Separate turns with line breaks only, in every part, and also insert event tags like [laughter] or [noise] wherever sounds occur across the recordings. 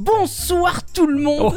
Bonsoir tout le monde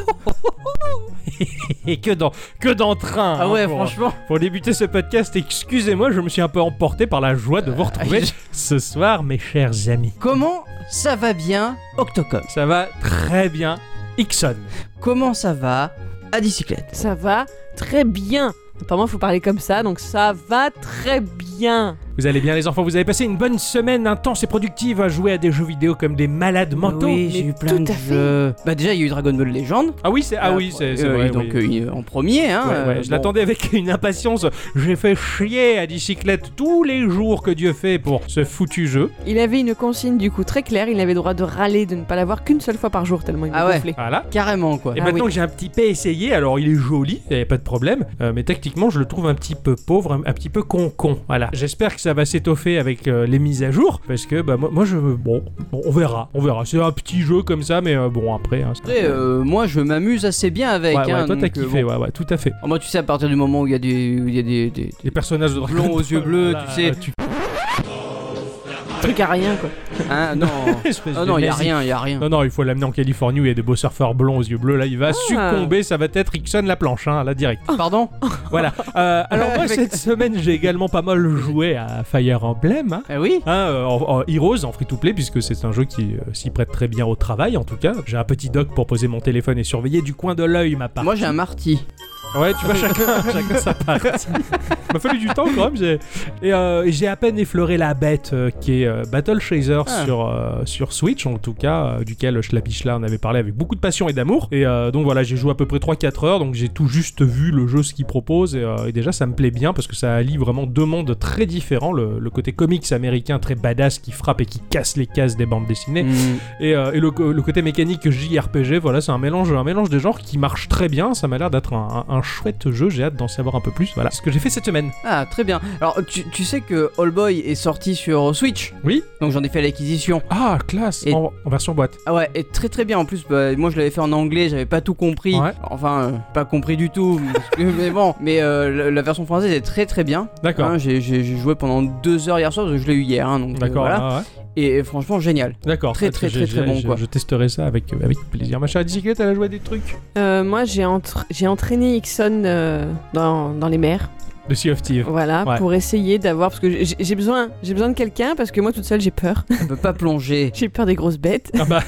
Et que dans que d'entrain
Ah
hein,
ouais,
pour,
franchement.
Pour débuter ce podcast, excusez-moi, je me suis un peu emporté par la joie de
Euh,
vous retrouver
je-
ce soir, mes chers amis.
Comment ça va bien, Octocom
Ça va très bien, Ixon.
Comment ça va, à bicyclette
Ça va très bien. Apparemment, il faut parler comme ça, donc ça va très bien.
Vous allez bien, les enfants Vous avez passé une bonne semaine intense et productive à jouer à des jeux vidéo comme des malades mentaux
Oui, j'ai
mais
eu plein de
tout à fait.
jeux. Bah déjà, il y a eu Dragon Ball Legend.
Ah oui, c'est ah oui,
Euh,
c'est c'est
euh,
vrai.
Donc
oui.
euh, en premier, hein.
Ouais, ouais,
euh,
je
bon.
l'attendais avec [laughs] une impatience. J'ai fait chier à bicyclette tous les jours que Dieu fait pour ce foutu jeu.
Il avait une consigne du coup très claire, il avait le droit de râler, de ne pas l'avoir qu'une seule fois par jour, tellement il me
Ah ouais.
gonflait.
Voilà.
Carrément, quoi.
Et
Ah
maintenant
oui.
que j'ai un petit peu essayé, alors il est joli, il n'y a pas de problème, euh, mais techniquement je le trouve un petit peu pauvre, un, un petit peu con-con. Voilà. J'espère que ça va s'étoffer avec euh, les mises à jour, parce que bah, moi, moi, je. Bon, bon, on verra, on verra. C'est un petit jeu comme ça, mais euh, bon, après. hein, c'est-
Après, euh, moi, je m'amuse assez bien avec.
ouais, ouais,
hein,
toi t'as
donc,
kiffé,
euh, bon.
ouais, ouais, tout à fait.
Ah, moi, tu sais, à partir du moment où il y a des, où il y a des, des-
Les personnages de Dragon
Blond aux
Ball,
yeux bleus,
là,
tu sais.
Tu...
Truc à rien quoi.
hein,
[laughs]
non.
Espèce
Ah
de
non, il y a
nazi.
rien, il y a rien.
Non, non, il faut l'amener en Californie où il y a des beaux surfeurs blonds aux yeux bleus. Là, il
Ah.
va succomber, ça va être Ixon la planche, hein, là, direct.
Pardon.
Voilà. Euh, alors, moi,
Avec-
cette semaine, j'ai également pas mal joué à Fire Emblem. hein.
Ah oui.
Hein, euh, en, en Heroes, en free-to-play, puisque c'est un jeu qui euh, s'y prête très bien au travail, en tout cas. J'ai un petit dock pour poser mon téléphone et surveiller du coin de l'œil ma part.
Moi, j'ai un marty.
Ouais, tu vois, chacun, chacun sa partie. Il m'a fallu du temps, quand même. j'ai- Et euh, j'ai à peine effleuré la bête, euh, qui est euh, Battle Chaser
Ah.
sur, euh, sur Switch, en tout cas, euh, duquel Schlapichla en avait parlé avec beaucoup de passion et d'amour. Et euh, donc voilà, j'ai joué à peu près 3-4 heures, donc j'ai tout juste vu le jeu, ce qu'il propose, et, euh, et déjà, ça me plaît bien, parce que ça allie vraiment deux mondes très différents. Le, le côté comics américain très badass qui frappe et qui casse les cases des bandes dessinées,
Mm.
et, euh, et le, co- le côté mécanique JRPG, voilà, c'est un mélange, un mélange des genres qui marche très bien. Ça m'a l'air d'être un, un- un chouette jeu. J'ai hâte d'en savoir un peu plus. Voilà, ce que j'ai fait cette semaine.
Ah, très bien. Alors, tu, tu sais que All Boy est sorti sur Switch.
Oui.
Donc, j'en ai fait l'acquisition.
Ah, classe.
Et-
En, en version boîte.
Ah ouais, et très très bien en plus, bah, moi je l'avais fait en anglais, j'avais pas tout compris,
Ouais.
enfin euh, pas compris du tout, [laughs] parce que- mais bon, mais euh, la, la version française est très très bien,
D'accord.
Hein, j'ai j'ai- j'ai joué pendant deux heures hier soir, parce que je l'ai eu hier, hein, donc euh,
D'accord.
voilà,
ah ouais.
et, et franchement génial.
D'accord.
Très,
Ah,
très,
j'ai-
très, très
j'ai-
bon,
j'ai-
quoi.
Je testerai ça avec euh, avec plaisir. Ma chère bicyclette, elle a joué à des trucs
Euh, moi j'ai, entra- j'ai entraîné Ixon euh, dans, dans les mers,
de Sea of Thieves.
voilà,
Ouais.
pour essayer d'avoir, parce que j'ai, j'ai besoin, j'ai besoin de quelqu'un, parce que moi toute seule j'ai peur, [laughs]
On peut pas plonger.
j'ai peur des grosses bêtes.
Ah bah.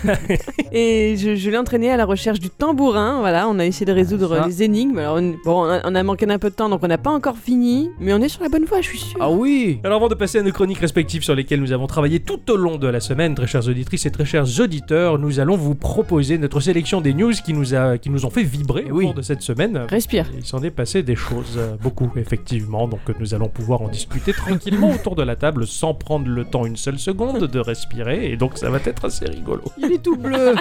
Et je, je l'ai entraîné à la recherche du tambourin. Voilà, on a essayé de résoudre
Ça.
les énigmes. Alors, on, bon, on a, on a manqué un peu de temps, donc on n'a pas encore fini. Mais on est sur la bonne voie, je suis sûre.
Ah oui
[laughs] Alors avant de passer à nos chroniques respectives sur lesquelles nous avons travaillé tout au long de la semaine, très chères auditrices et très chers auditeurs, nous allons vous proposer notre sélection des news qui nous, a, qui nous ont fait vibrer
Eh
au
oui.
cours de cette semaine.
Respire.
Il s'en est passé des choses, euh, beaucoup effectivement, donc euh, nous allons pouvoir en discuter tranquillement autour de la table sans prendre le temps une seule seconde de respirer, et donc ça va être assez rigolo.
Il est tout
[laughs]
bleu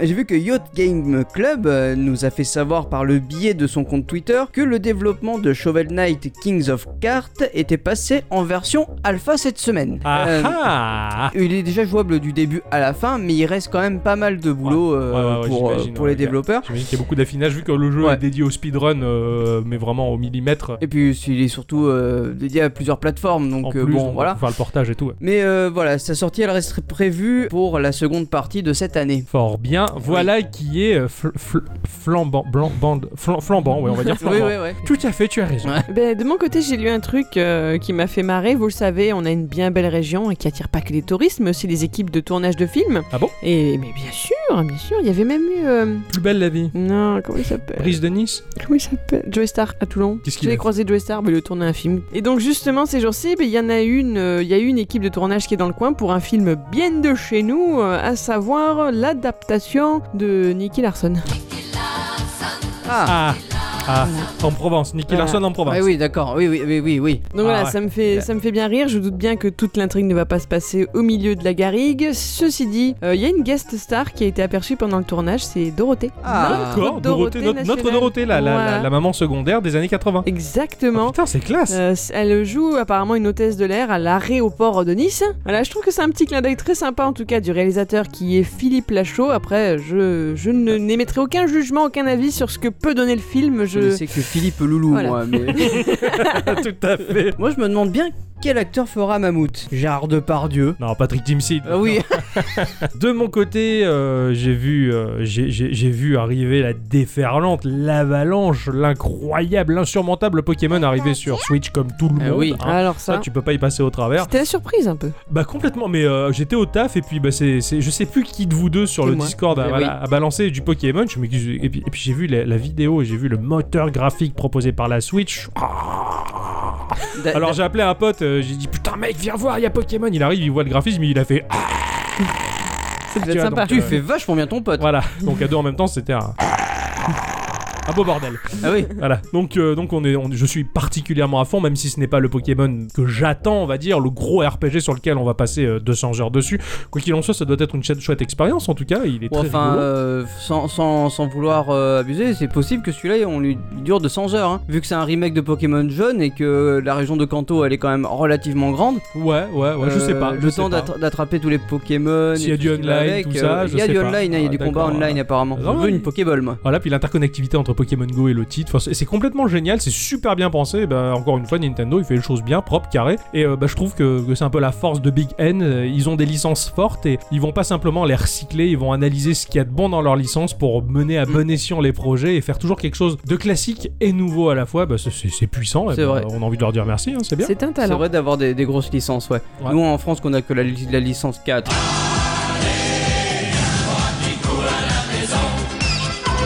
J'ai vu que Yacht Game Club euh, nous a fait savoir par le biais de son compte Twitter que le développement de Shovel Knight Kings of Cards était passé en version alpha cette semaine.
Ah
Euh,
ah
Il est déjà jouable du début à la fin, mais il reste quand même pas mal de boulot euh,
ouais, ouais,
pour, euh,
j'imagine,
pour
ouais,
les
gars.
développeurs.
J'imagine qu'il y a beaucoup d'affinage vu que le jeu
Ouais.
est dédié au speedrun, euh, mais vraiment au millimètre.
Et puis il est surtout euh, dédié à plusieurs plateformes, donc
en
euh,
plus,
bon
donc,
voilà.
pour faire le portage et tout.
Mais euh, voilà, sa sortie elle reste prévue pour la seconde partie de cette année.
Fort bien. Voilà qui est euh, fl- fl- flambant, blanc, bande, flan- flambant, ouais, on va dire flambant.
[laughs] Oui, oui, oui.
Tout à fait, tu as raison.
Ouais.
Ben, de mon côté, j'ai lu un truc euh, qui m'a fait marrer. Vous le savez, on a une bien belle région et qui attire pas que les touristes, mais aussi les équipes de tournage de films.
Ah bon
Et mais bien sûr, bien sûr. Il y avait même eu. euh,
Plus belle la vie.
Non, comment il s'appelle
Brise de Nice
Comment il s'appelle Joey Star à Toulon.
Qu'est-ce qu'il
J'ai
a
croisé Joey Star, mais il a tourné un film. Et donc justement ces jours-ci, ben, il y en a une, euh, il y a eu une équipe de tournage qui est dans le coin pour un film bien de chez nous, euh, à savoir l'adaptation de Nicky Larson.
Ah,
Ah, ah, en Provence, Nicky
Voilà.
Larson en Provence.
oui, oui, d'accord, oui, oui, oui, oui, oui.
Donc
Ah
voilà,
ouais.
ça me fait ça me fait bien rire. Je doute bien que toute l'intrigue ne va pas se passer au milieu de la garrigue. Ceci dit, euh, il y a une guest star qui a été aperçue pendant le tournage, c'est Dorothée.
Ah.
Encore Dorothée, notre, notre
nationale.
Dorothée, la, la-
Voilà.
la- la maman secondaire des années 80. Ah,
Exactement.
putain, c'est classe
Euh, c- elle joue apparemment une hôtesse de l'air à l'aéroport de Nice. Voilà, je trouve que c'est un petit clin d'œil très sympa en tout cas du réalisateur qui est Philippe Lachaud. Après, je, je ne- n'émettrai aucun jugement, aucun avis sur ce que peut donner le film.
Je ne
Je...
sais que Philippe Loulou,
Voilà.
moi, mais...
[laughs] Tout à fait
moi je me demande bien Quel acteur fera Mammouth Gérard Depardieu.
Non, Patrick Timsit.
Ah oui,
De mon côté, euh, j'ai vu, euh, j'ai- j'ai j'ai vu arriver la déferlante, l'avalanche, l'incroyable, l'insurmontable Pokémon arriver sur Switch comme tout le monde.
Ah oui.
hein.
Alors
Ça,
ça,
tu peux pas y passer au travers.
c'était la surprise un peu.
Bah complètement, mais euh, j'étais au taf et puis bah c'est, c'est- je sais plus qui de vous deux sur
C'est
le
moi.
Discord a,
Eh
voilà, a balancé du Pokémon. Je me dis- et puis, et puis j'ai vu la, la vidéo et j'ai vu le moteur graphique proposé par la Switch.
Da-
Alors j'ai appelé un pote, euh, j'ai dit putain mec viens voir, il y a Pokémon. Il arrive, il voit le graphisme, il a fait Ah,
Ça devait
tu
être
vois,
sympa.
donc,
tu
euh,
fais vachement bien ton pote.
voilà. Donc à deux en même temps c'était un un beau bordel.
Ah oui.
Voilà. Donc, euh, donc on est, on- je suis particulièrement à fond, même si ce n'est pas le Pokémon que j'attends, on va dire, le gros RPG sur lequel on va passer euh, 200 heures dessus. Quoi qu'il en soit, ça doit être une chouette, chouette expérience en tout cas. Il est
Bon,
très
enfin,
rigolo.
euh, sans, sans, sans vouloir euh, abuser, c'est possible que celui-là, on lui il dure de 100 heures. hein. Vu que c'est un remake de Pokémon Jaune et que la région de Kanto, elle est quand même relativement grande.
Ouais, ouais, ouais. je
euh,
sais pas. je
Le
sais
temps
pas.
d'attra- d'attraper tous les Pokémon.
S'il y a
et
du
ce qui va
online,
avec, euh,
tout ça, je
Il y a
sais
du
pas.
online, hein, il y a
Ah,
des combats
d'accord,
online
ouais.
apparemment.
Ah,
On
oui.
veut une Pokéball, moi.
Voilà, puis l'interconnectivité entre Pokémon Go et le titre, enfin, c'est- c'est complètement génial, c'est super bien pensé. Bah, encore une fois, Nintendo, il fait les choses bien, propre, carré. Et euh, bah, je trouve que, que c'est un peu la force de Big N. Euh, Ils ont des licences fortes et ils vont pas simplement les recycler, ils vont analyser ce qu'il y a de bon dans leur licence pour mener à
Mm.
bon escient les projets et faire toujours quelque chose de classique et nouveau à la fois. Bah, c'est- c'est c'est puissant, et
C'est
bah,
vrai.
on a envie de leur dire merci, hein, c'est bien.
C'est un
C'est
talent.
vrai d'avoir des, des grosses licences, ouais.
Ouais.
Nous en France, qu'on a que la, li- la licence 4.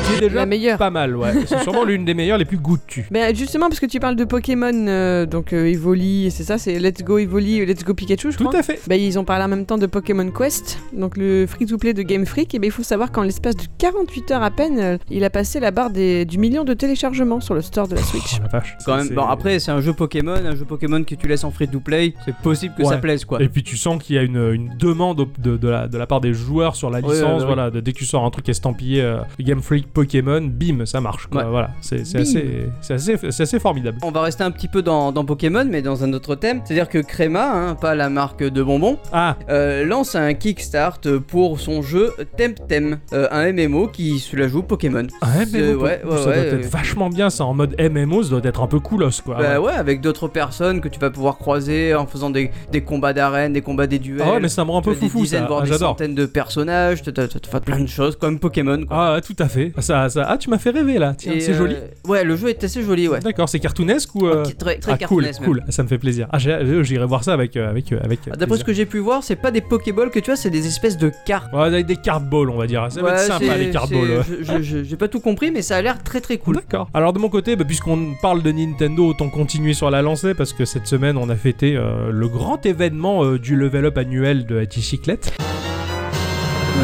C'est déjà
La meilleure.
pas mal, ouais. c'est sûrement l'une des meilleures, les plus
[laughs]
goûtues.
Ben justement parce que tu parles de Pokémon, euh, donc euh, Evoli, c'est ça, c'est Let's Go Evoli, Let's Go Pikachu, je
Tout
crois.
à fait.
Ben, ils ont parlé en même temps de Pokémon Quest, donc le free-to-play de Game Freak. Et ben, il faut savoir qu'en l'espace de 48 heures à peine, euh, il a passé la barre des- du million de téléchargements sur le store de la Switch.
Oh, la vache.
Quand
Ça,
même,
c'est-
bon, après, c'est un jeu Pokémon, un jeu Pokémon que tu laisses en free to play. C'est possible que ça
Ouais.
plaise, quoi.
Et puis tu sens qu'il y a une, une demande au- de, de la, de la part des joueurs sur la
Ouais,
licence.
ouais, ouais.
Voilà, de- dès que tu sors un truc estampillé euh, Game Freak Pokémon, bim, ça marche. quoi.
Ouais.
Voilà, c'est c'est
Bim.
assez, c'est assez, c'est assez formidable.
On va rester un petit peu dans, dans Pokémon, mais dans un autre thème. C'est-à-dire que Crema, hein, pas la marque de bonbons,
Ah,
euh, lance un Kickstart pour son jeu Temtem, euh, un MMO qui se la joue Pokémon.
un
C'est-
MMO,
ouais,
ça
ouais,
doit
ouais,
être
euh.
vachement bien. Ça en mode MMO, ça doit être un peu coolos quoi.
bah
Ah Ouais.
ouais, avec d'autres personnes que tu vas pouvoir croiser en faisant des, des combats d'arène, des combats des duels.
Ah ouais, mais ça me rend un peu
des
foufou
dizaines,
ça.
voire
Ah,
des
J'adore.
centaines de personnages, tu fais plein de choses, comme Pokémon. Quoi.
Ah, tout à fait. Ça, ça... Ah, tu m'as fait rêver là. Tiens,
Et,
c'est
euh,
joli.
Ouais, le jeu est assez joli, ouais.
D'accord, c'est cartoonesque ou. euh,
Qui est Très, très
ah, cool,
cartoonesque, même.
cool, ça me fait plaisir. Ah, j'ai- euh, j'irai voir ça avec. euh, avec, euh, avec
Ah, D'après ce que j'ai pu voir, c'est pas des Pokéballs que tu as, c'est des espèces de cartes.
Ouais, avec des cartballs, on va dire. Ça va être
Ouais,
sympa
c'est-
les cartballs.
c'est-
ouais.
je- je- je- J'ai pas tout compris, mais ça a l'air très très cool.
D'accord. Alors de mon côté, bah, puisqu'on parle de Nintendo, autant continuer sur la lancée parce que cette semaine on a fêté euh, le grand événement euh, du level up annuel de la bicyclette.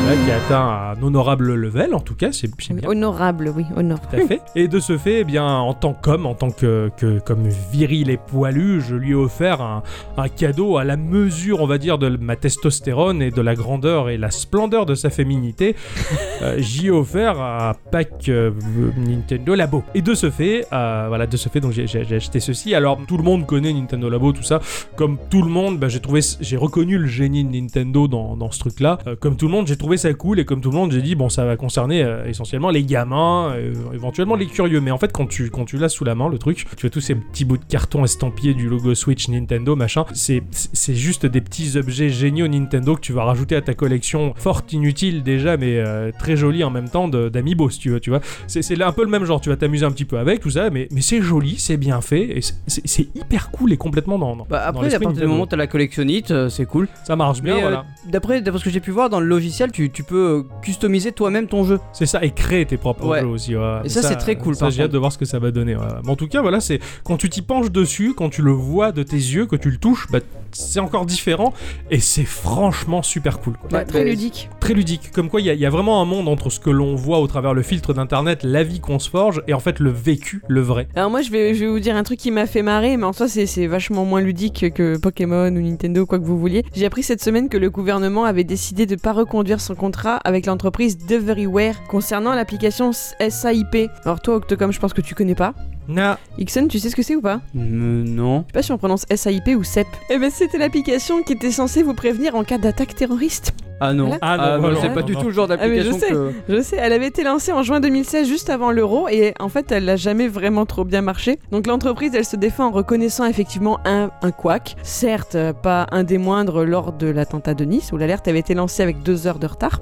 Voilà, qui a atteint un honorable level, en tout cas, c'est c'est bien.
Honorable, oui, honorable.
Tout à fait. Et de ce fait, eh bien, en tant qu'homme, en tant que, que comme viril et poilu, je lui ai offert un, un cadeau à la mesure, on va dire, de ma testostérone et de la grandeur et la splendeur de sa féminité. [laughs] Euh, J'y ai offert un pack euh, Nintendo Labo. Et de ce fait, euh, voilà, de ce fait, donc j'ai j'ai- j'ai acheté ceci. Alors tout le monde connaît Nintendo Labo, tout ça. Comme tout le monde, bah, j'ai trouvé, j'ai reconnu le génie de Nintendo dans, dans ce truc-là. Euh, comme tout le monde, j'ai trouvé ça cool et comme tout le monde, j'ai dit bon, ça va concerner euh, essentiellement les gamins, euh, éventuellement les curieux. Mais en fait, quand tu quand tu l'as sous la main, le truc, tu as tous ces petits bouts de carton estampillés du logo Switch Nintendo, machin. C'est c'est juste des petits objets géniaux Nintendo que tu vas rajouter à ta collection, fort inutile déjà, mais euh, très jolie en même temps de- d'amiibo si tu veux, tu vois. C'est c'est un peu le même genre. Tu vas t'amuser un petit peu avec tout ça, mais mais c'est joli, c'est bien fait et c'est- c'est c'est hyper cool et complètement dans. dans-
Bah,
dans
après, à
l'esprit
partir du
Nintendo.
moment où t'as la collectionnite, euh, c'est cool.
ça marche bien,
Mais, euh,
voilà.
D'après d'après ce que j'ai pu voir dans le logiciel, tu, tu peux euh, customiser toi-même ton jeu.
C'est ça, et créer tes propres
Ouais.
jeux aussi. ouais.
Et ça, c'est très cool,
Ça,
par
j'ai hâte
contre.
de voir ce que ça va donner. ouais. Mais en tout cas, voilà, c'est quand tu t'y penches dessus, quand tu le vois de tes yeux, que tu le touches, bah, c'est encore différent et c'est franchement super cool. quoi.
Ouais,
Ouais, très
mais-
ludique.
Très ludique. Comme quoi, il y, a- il y a vraiment un monde entre ce que l'on voit au travers le filtre d'internet, la vie qu'on se forge et en fait le vécu, le vrai.
Alors moi je vais, je vais vous dire un truc qui m'a fait marrer, mais en soi c'est c'est vachement moins ludique que Pokémon ou Nintendo, quoi que vous vouliez. J'ai appris cette semaine que le gouvernement avait décidé de ne pas reconduire son contrat avec l'entreprise Deveryware concernant l'application SAIP. Alors toi Octocom je pense que tu connais pas.
Na,
Ixon tu sais ce que c'est ou pas
non.
Je sais pas si on prononce SAIP ou SEP. Eh ben c'était l'application qui était censée vous prévenir en cas d'attaque terroriste.
Ah non,
Voilà. Ah,
Ah non,
bah,
alors,
c'est
non,
pas
non,
du
non.
tout le genre
mais je
d'application
sais.
que.
Je sais, elle avait été lancée en juin 2016 juste avant l'euro et en fait elle n'a jamais vraiment trop bien marché. Donc l'entreprise elle se défend en reconnaissant effectivement un, un couac, certes euh, pas un des moindres lors de l'attentat de Nice où l'alerte avait été lancée avec deux heures de retard,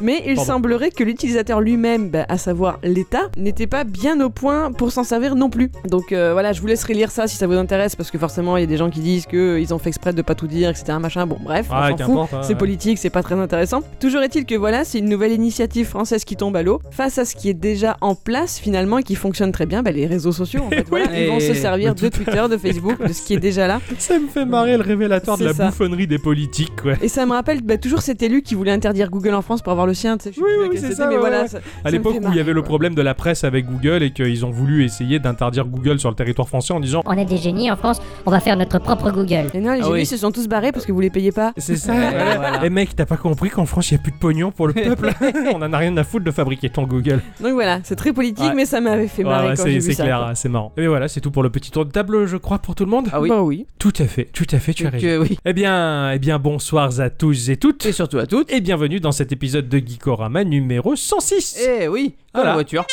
mais il
Pardon.
semblerait que l'utilisateur lui-même, bah, à savoir l'État, n'était pas bien au point pour s'en servir non plus. Donc euh, voilà, je vous laisserai lire ça si ça vous intéresse parce que forcément il y a des gens qui disent qu'ils ont fait exprès de pas tout dire, etc. Machin, bon bref,
Ah,
on s'en fout.
qu'importe, hein.
C'est politique, c'est pas très intéressant. Toujours est-il que voilà, c'est une nouvelle initiative française qui tombe à l'eau face à ce qui est déjà en place finalement et qui fonctionne très bien, bah, les réseaux sociaux en
[laughs]
fait. Voilà,
oui.
ils vont se
Et-
Mais
servir
[laughs]
de
tout
Twitter, de Facebook, de ce qui est déjà là.
Ça me fait marrer le révélateur de
C'est
la
ça.
bouffonnerie des politiques, quoi.
Et ça me rappelle bah, toujours cet élu qui voulait interdire Google en France pour avoir le sien. tu sais, je sais
Oui,
plus
oui,
lequel
c'est
c'était,
ça,
mais
ouais,
voilà,
ouais.
ça-
À
ça
l'époque
me fait
où il y avait
marrer,
le
quoi.
problème de la presse avec Google et qu'ils ont voulu essayer d'interdire Google sur le territoire français en disant
On est des génies en France, on va faire notre propre Google.
Et non, les
Ah
génies
oui.
se sont tous barrés parce que vous les payez pas.
C'est ça. [laughs]
Ouais,
voilà.
voilà.
Eh mec, t'as pas compris qu'en France, il a plus de pognon
[laughs]
pour le peuple [laughs] On en a rien à foutre de fabriquer ton Google.
Donc voilà, c'est très politique,
Ouais.
mais ça m'avait fait
Ouais,
marrer
ouais,
quand j'ai
c'est
vu
c'est
ça.
clair, c'est marrant. Et voilà, c'est tout pour le petit tour de table, je crois, pour tout le monde. [laughs]
Ah oui.
Bah oui.
Tout à fait, tout à fait, tu as
Donc,
raison.
euh, oui.
Eh bien, eh bien, bonsoir à tous et toutes.
Et surtout à toutes.
Et bienvenue dans cet épisode de Geekorama numéro 106.
Eh oui, dans
Voilà.
la voiture.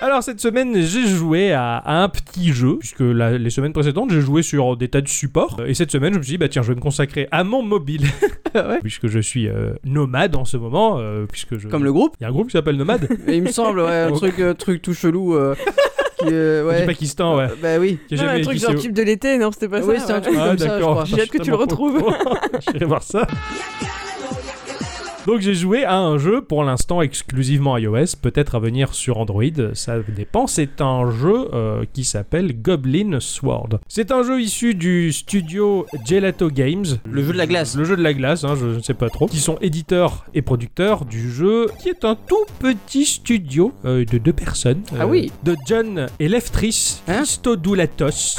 Alors cette semaine, j'ai joué à, à un petit jeu, puisque la- les semaines précédentes, j'ai joué sur des tas de supports. Et cette semaine, je me suis dit, bah tiens, je vais me consacrer à
[laughs]
mon mobile,
Ah Ouais.
puisque je suis euh, nomade en ce moment, euh, puisque je...
Comme le groupe.
Il y a un groupe qui s'appelle Nomade,
Et il me semble, ouais,
[laughs]
un
Oh.
truc, euh, truc tout chelou. euh, qui,
[laughs]
euh,
du
ouais.
Pakistan, ouais.
Bah oui.
qui a
Non,
jamais
un truc
existé
genre
au-
type de l'été, non, c'était pas
Ah
ça.
oui, c'était un
ouais.
truc
Ah,
comme ça, je
d'accord.
crois.
J'ai hâte que tu le retrouves.
[laughs] J'irai voir ça. Donc j'ai joué à un jeu pour l'instant exclusivement iOS, peut-être à venir sur Android, ça dépend. C'est un jeu euh, qui s'appelle Goblin Sword. C'est un jeu issu du studio Gelato Games.
Le jeu de la glace.
Le jeu de la glace, hein, je ne sais pas trop. Qui sont éditeurs et producteurs du jeu, qui est un tout petit studio euh, de deux personnes. euh,
Ah oui.
De John et Leftris
Hein
Christodoulatos.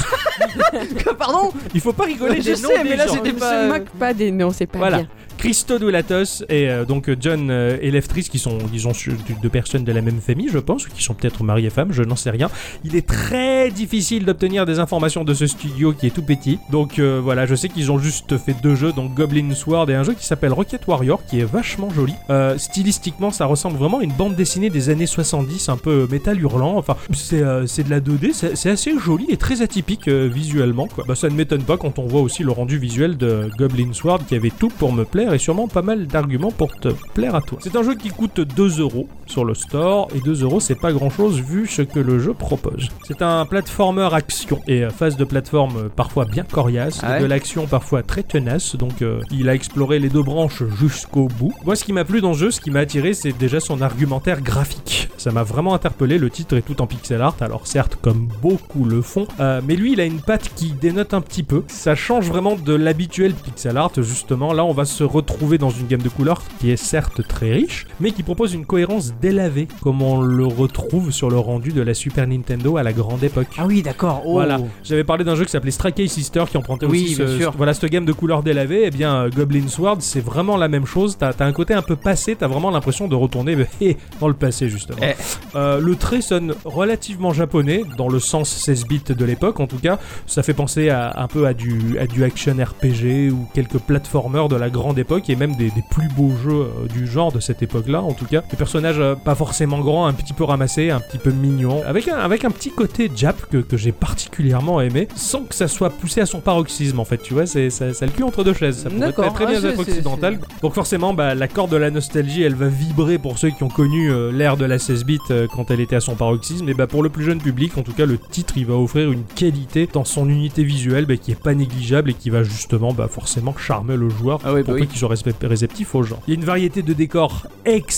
Pardon
Il faut pas rigoler
Je
des
sais,
noms
mais
des
là,
gens.
c'était
On
pas-
se moque pas des. Non, c'est pas
euh, Voilà.
bien.
Christo Doulatos et euh, donc John euh, et Leftris qui sont disons su- du- deux personnes de la même famille je pense ou qui sont peut-être mariées femmes je n'en sais rien il est très difficile d'obtenir des informations de ce studio qui est tout petit donc euh, voilà je sais qu'ils ont juste fait deux jeux donc Goblin Sword et un jeu qui s'appelle Rocket Warrior qui est vachement joli Euh, stylistiquement ça ressemble vraiment à une bande dessinée des années 70 un peu euh, métal hurlant enfin c'est euh, c'est de la 2D c'est c'est assez joli et très atypique euh, visuellement quoi. Bah, ça ne m'étonne pas quand on voit aussi le rendu visuel de Goblin Sword qui avait tout pour me plaire et sûrement pas mal d'arguments pour te plaire à toi. C'est un jeu qui coûte 2 euros sur le store et 2 euros c'est pas grand chose vu ce que le jeu propose. C'est un platformer action et euh, phase de plateforme euh, parfois bien coriace,
Ah ouais
de l'action parfois très tenace donc euh, il a exploré les deux branches jusqu'au bout. Moi ce qui m'a plu dans ce jeu, ce qui m'a attiré c'est déjà son argumentaire graphique. Ça m'a vraiment interpellé, le titre est tout en pixel art alors certes comme beaucoup le font euh, mais lui il a une patte qui dénote un petit peu. Ça change vraiment de l'habituel pixel art, justement. Là, on va se retrouver dans une gamme de couleurs qui est certes très riche, mais qui propose une cohérence délavée, comme on le retrouve sur le rendu de la Super Nintendo à la grande époque.
Ah oui, d'accord. oh.
Voilà, j'avais parlé d'un jeu qui s'appelait Stray Case Sister qui empruntait
Oui,
aussi
bien
ce-
sûr.
ce- voilà, cette gamme de couleurs délavées. Et bien, euh, Goblin Sword, c'est vraiment la même chose. T'as as un côté un peu passé, t'as vraiment l'impression de retourner [laughs] euh, hé, dans le passé, justement.
Eh.
Euh, le trait sonne relativement japonais, dans le sens 16 bits de l'époque en tout cas. Ça fait penser à, un peu à du, à du action RPG ou quelques platformers de la grande époque et même des, des plus beaux jeux euh, du genre de cette époque-là en tout cas. Des personnages euh, pas forcément grands, un petit peu ramassés, un petit peu mignons, avec un, avec un petit côté jap que, que j'ai particulièrement aimé, sans que ça soit poussé à son paroxysme en fait, tu vois, c'est, ça, ça le cul entre deux chaises. Ça pourrait
D'accord.
très, très bien
Ah, c'est-
être
c'est-
occidental. Donc forcément, bah, la corde de la nostalgie, elle va vibrer pour ceux qui ont connu euh, l'ère de la 16 bits euh, quand elle était à son paroxysme. Et bah, pour le plus jeune public, en tout cas, le titre, il va offrir une qualité dans son unité visuelle bah, qui est pas négligeable et qui va justement bah, forcément charmer le joueur
Ah oui, bah
pour peu
oui.
qu'ils soient respect- réceptifs aux gens. Il y a une variété de décors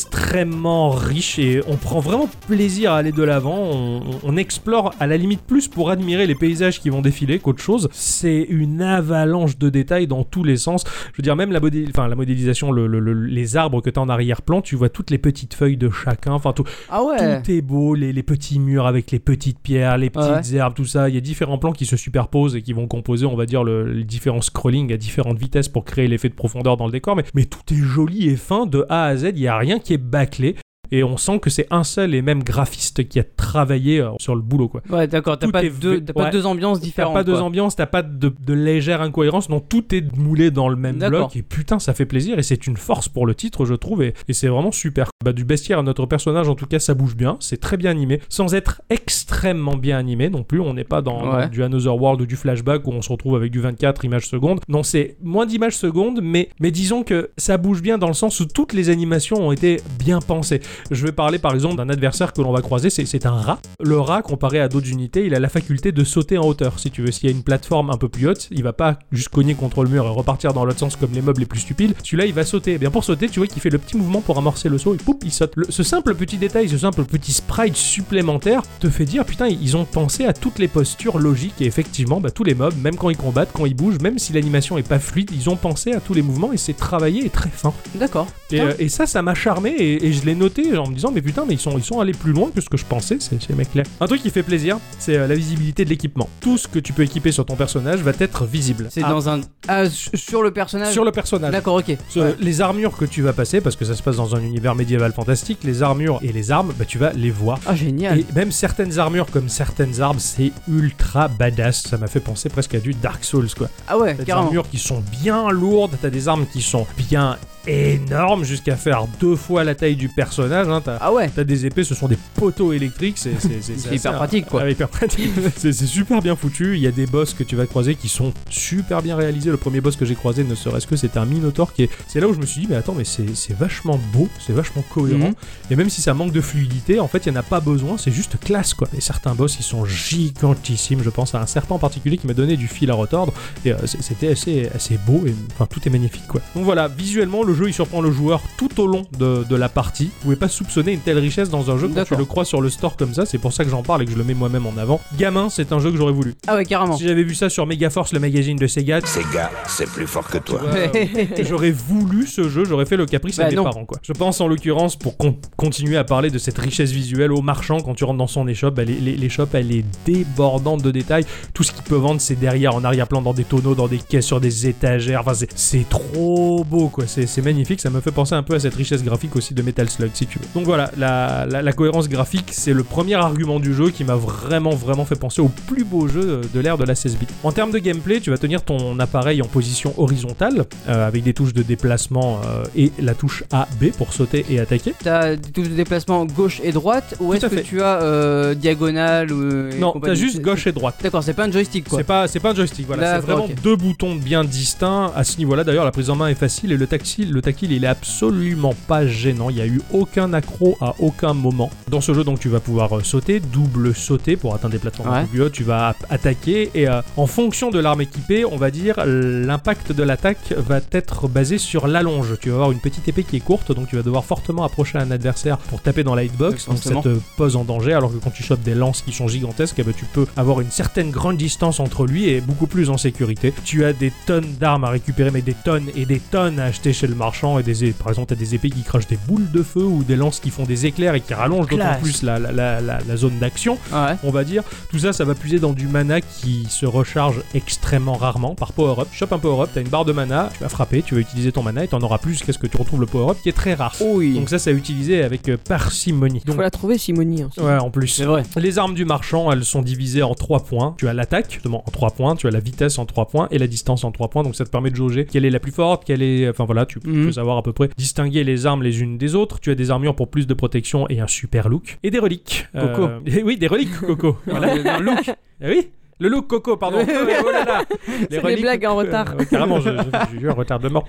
extrêmement riche et on prend vraiment plaisir à aller de l'avant. On, on- on explore à la limite plus pour admirer les paysages qui vont défiler qu'autre chose. C'est une avalanche de détails dans tous les sens. Je veux dire, même la, modé- enfin, la modélisation, le- le- le- les arbres que tu as en arrière-plan, tu vois toutes les petites feuilles de chacun. Enfin, tout,
Ah ouais.
tout est beau, les, les petits murs avec les petites pierres, les
Ouais.
petites herbes, tout ça. Il y a différents plans qui se superposent et qui vont composer, on va dire, le, les différents scrolling à différentes vitesses pour créer l'effet de profondeur dans le décor. Mais, mais tout est joli et fin de A à Z, il n'y a rien qui est bâclé. et on sent que c'est un seul et même graphiste qui a travaillé euh, sur le boulot, quoi.
Ouais, d'accord, t'as
Tout
pas,
est
deux,
v-
t'as pas
ouais.
deux ambiances
T'as
différentes.
pas deux
quoi.
ambiances, t'as pas de, de légère incohérence, non, tout est moulé dans le même
D'accord.
bloc, et putain, ça fait plaisir, et c'est une force pour le titre, je trouve, et, et c'est vraiment super. Bah, du bestiaire à notre personnage, en tout cas, ça bouge bien, c'est très bien animé, sans être extrêmement bien animé non plus, on n'est pas dans, dans
Ouais.
du Another World ou du flashback où on se retrouve avec du 24 images secondes, non, c'est moins d'images secondes, mais, mais disons que ça bouge bien dans le sens où toutes les animations ont été bien pensées. Je vais parler par exemple d'un adversaire que l'on va croiser, c'est- c'est un rat. Le rat, comparé à d'autres unités, il a la faculté de sauter en hauteur. Si tu veux, s'il y a une plateforme un peu plus haute, il va pas juste cogner contre le mur et repartir dans l'autre sens comme les meubles les plus stupides. Celui-là, il va sauter. Et bien pour sauter, tu vois qu'il fait le petit mouvement pour amorcer le saut et poup, il saute. Le- ce simple petit détail, ce simple petit sprite supplémentaire te fait dire putain, ils ont pensé à toutes les postures logiques et effectivement, bah, tous les mobs, même quand ils combattent, quand ils bougent, même si l'animation est pas fluide, ils ont pensé à tous les mouvements et c'est travaillé et très fin.
D'accord.
Et,
Putain.
euh, et ça, ça m'a charmé et, et je l'ai noté en me disant mais putain mais ils sont, ils sont allés plus loin que ce que je pensais ces, ces mecs-là. Un truc qui fait plaisir, c'est euh, la visibilité de l'équipement. Tout ce que tu peux équiper sur ton personnage va être visible.
C'est
Ah,
dans un. Ah, su- sur le personnage
sur le personnage.
D'accord, ok.
Ce- Les armures que tu vas passer, parce que ça se passe dans un univers médiéval fantastique, les armures et les armes, bah, tu vas les voir.
Ah, génial.
Et même certaines armures comme certaines armes, c'est ultra badass. Ça m'a fait penser presque à du Dark Souls quoi.
Ah ouais,
T'as des
carrément.
armures qui sont bien lourdes, t'as des armes qui sont bien énormes, jusqu'à faire deux fois la taille du personnage. hein, t'as,
Ah ouais,
t'as des épées, ce sont des poteaux électriques, c'est, c'est-
[laughs]
c'est- c'est
c'est
assez-
hyper pratique quoi.
ah, hyper pratique. [laughs] c'est, c'est super bien foutu. Il y a des boss que tu vas croiser qui sont super bien réalisés. Le premier boss que j'ai croisé, ne serait-ce que, c'était un Minotaur qui est. C'est là où je me suis dit, mais attends, mais c'est, c'est vachement beau, c'est vachement cohérent.
Mhm.
Et même si ça manque de fluidité, en fait, il n'y en a pas besoin, c'est juste classe, quoi. Et certains boss, ils sont gigantissimes. Je pense à un serpent en particulier qui m'a donné du fil à retordre. Et euh, c- c'était assez, assez beau, et enfin, tout est magnifique, quoi. Donc voilà, visuellement, le jeu, il surprend le joueur tout au long de, de la partie. Vous pouvez pas soupçonner une telle richesse dans un jeu quand tu
D'accord.
le crois sur le store comme ça. C'est pour ça que j'en parle et que je le mets moi-même en avant. Gamin, c'est un jeu que j'aurais voulu.
Ah ouais, carrément.
Si j'avais vu ça sur Megaforce, le magazine de Sega,
Ces gars, c'est plus fort que toi.
[laughs]
euh, [laughs] j'aurais voulu ce jeu, j'aurais fait le caprice à
Bah
mes
non.
parents quoi. Je pense en l'occurrence pour con- continuer à parler de cette richesse visuelle au marchand quand tu rentres dans son échoppe, bah, les- les- l'échoppe elle est débordante de détails. Tout ce qu'il peut vendre c'est derrière, en arrière-plan, dans des tonneaux, dans des caisses, sur des étagères. Enfin c'est- c'est trop beau quoi, c'est c'est magnifique. Ça me fait penser un peu à cette richesse graphique aussi de Metal Slug si tu veux. Donc voilà, la, la- la cohérence graphique c'est le premier argument du jeu qui m'a vraiment vraiment fait penser au plus beau jeu de l'ère de la 16 bits. En termes de gameplay, tu vas tenir ton appareil en position horizontale euh, avec des touches de déplacement euh, et la touche A B pour sauter et attaquer.
T'as des touches de déplacement gauche et droite ou est-ce
à
que
fait.
tu as euh, diagonale ou et
non,
compagnie
t'as juste
C'est-
gauche et droite.
D'accord, c'est pas un joystick quoi.
C'est pas, c'est pas un joystick, voilà. C'est
D'accord,
vraiment
ok.
deux boutons bien distincts. À ce niveau-là, d'ailleurs, la prise en main est facile et le tactile, le tactile, il est absolument pas gênant. Il n'y a eu aucun accro à aucun moment. Dans ce jeu, donc, tu vas pouvoir euh, sauter, double sauter pour atteindre des plateformes
Ouais.
un peu plus hautes. Tu vas app- attaquer et euh, en fonction de l'arme équipée, on va dire, l'impact de l'attaque va être basé sur l'allonge. Tu vas avoir une petite épée qui est courte, donc tu vas devoir fortement approcher un adversaire pour taper dans la hitbox.
Oui,
Donc ça
forcément.
te pose en danger, alors que quand tu chopes des lances qui sont gigantesques, eh ben, tu peux avoir une certaine grande distance entre lui et beaucoup plus en sécurité. Tu as des tonnes d'armes à récupérer, mais des tonnes et des tonnes à acheter chez le marchand. Et des, é- par exemple, tu as des épées qui crachent des boules de feu ou des lances qui font des éclairs et qui rallongent d'autant
Classe.
plus la- la- la- la- la zone d'action
Ah Ouais.
on va dire. Tout ça, ça va puiser dans du mana qui se recharge extrêmement rarement par power-up. Tu chopes un power-up, t'as une barre de mana, tu vas frapper, tu vas utiliser ton mana et t'en auras plus jusqu'à ce que tu retrouves le power-up qui est très rare.
Oui.
Donc ça, c'est à utiliser avec euh, parcimonie.
Il
Donc,
faut la trouver, Simonie. hein.
ouais, en plus.
c'est vrai.
Les armes du marchand, elles sont divisées en 3 points. Tu as l'attaque, justement, en 3 points, tu as la vitesse en 3 points et la distance en 3 points. Donc ça te permet de jauger quelle est la plus forte, quelle est. Enfin voilà, tu tu
Mhm.
peux savoir à peu près distinguer les armes les unes des autres. Tu as des armures pour plus de protection et un super look. Et des reliques. Euh,
Coco.
[laughs] et oui, des reliques,
[laughs]
Coco. voilà.
Un look.
Eh oui le look
[laughs]
Coco, pardon.
Oui, oui.
Oh là là.
[laughs] C'est des blagues en
Euh,
retard.
ouais, [laughs] carrément, je- je- j'ai eu un retard de
[laughs]
mort.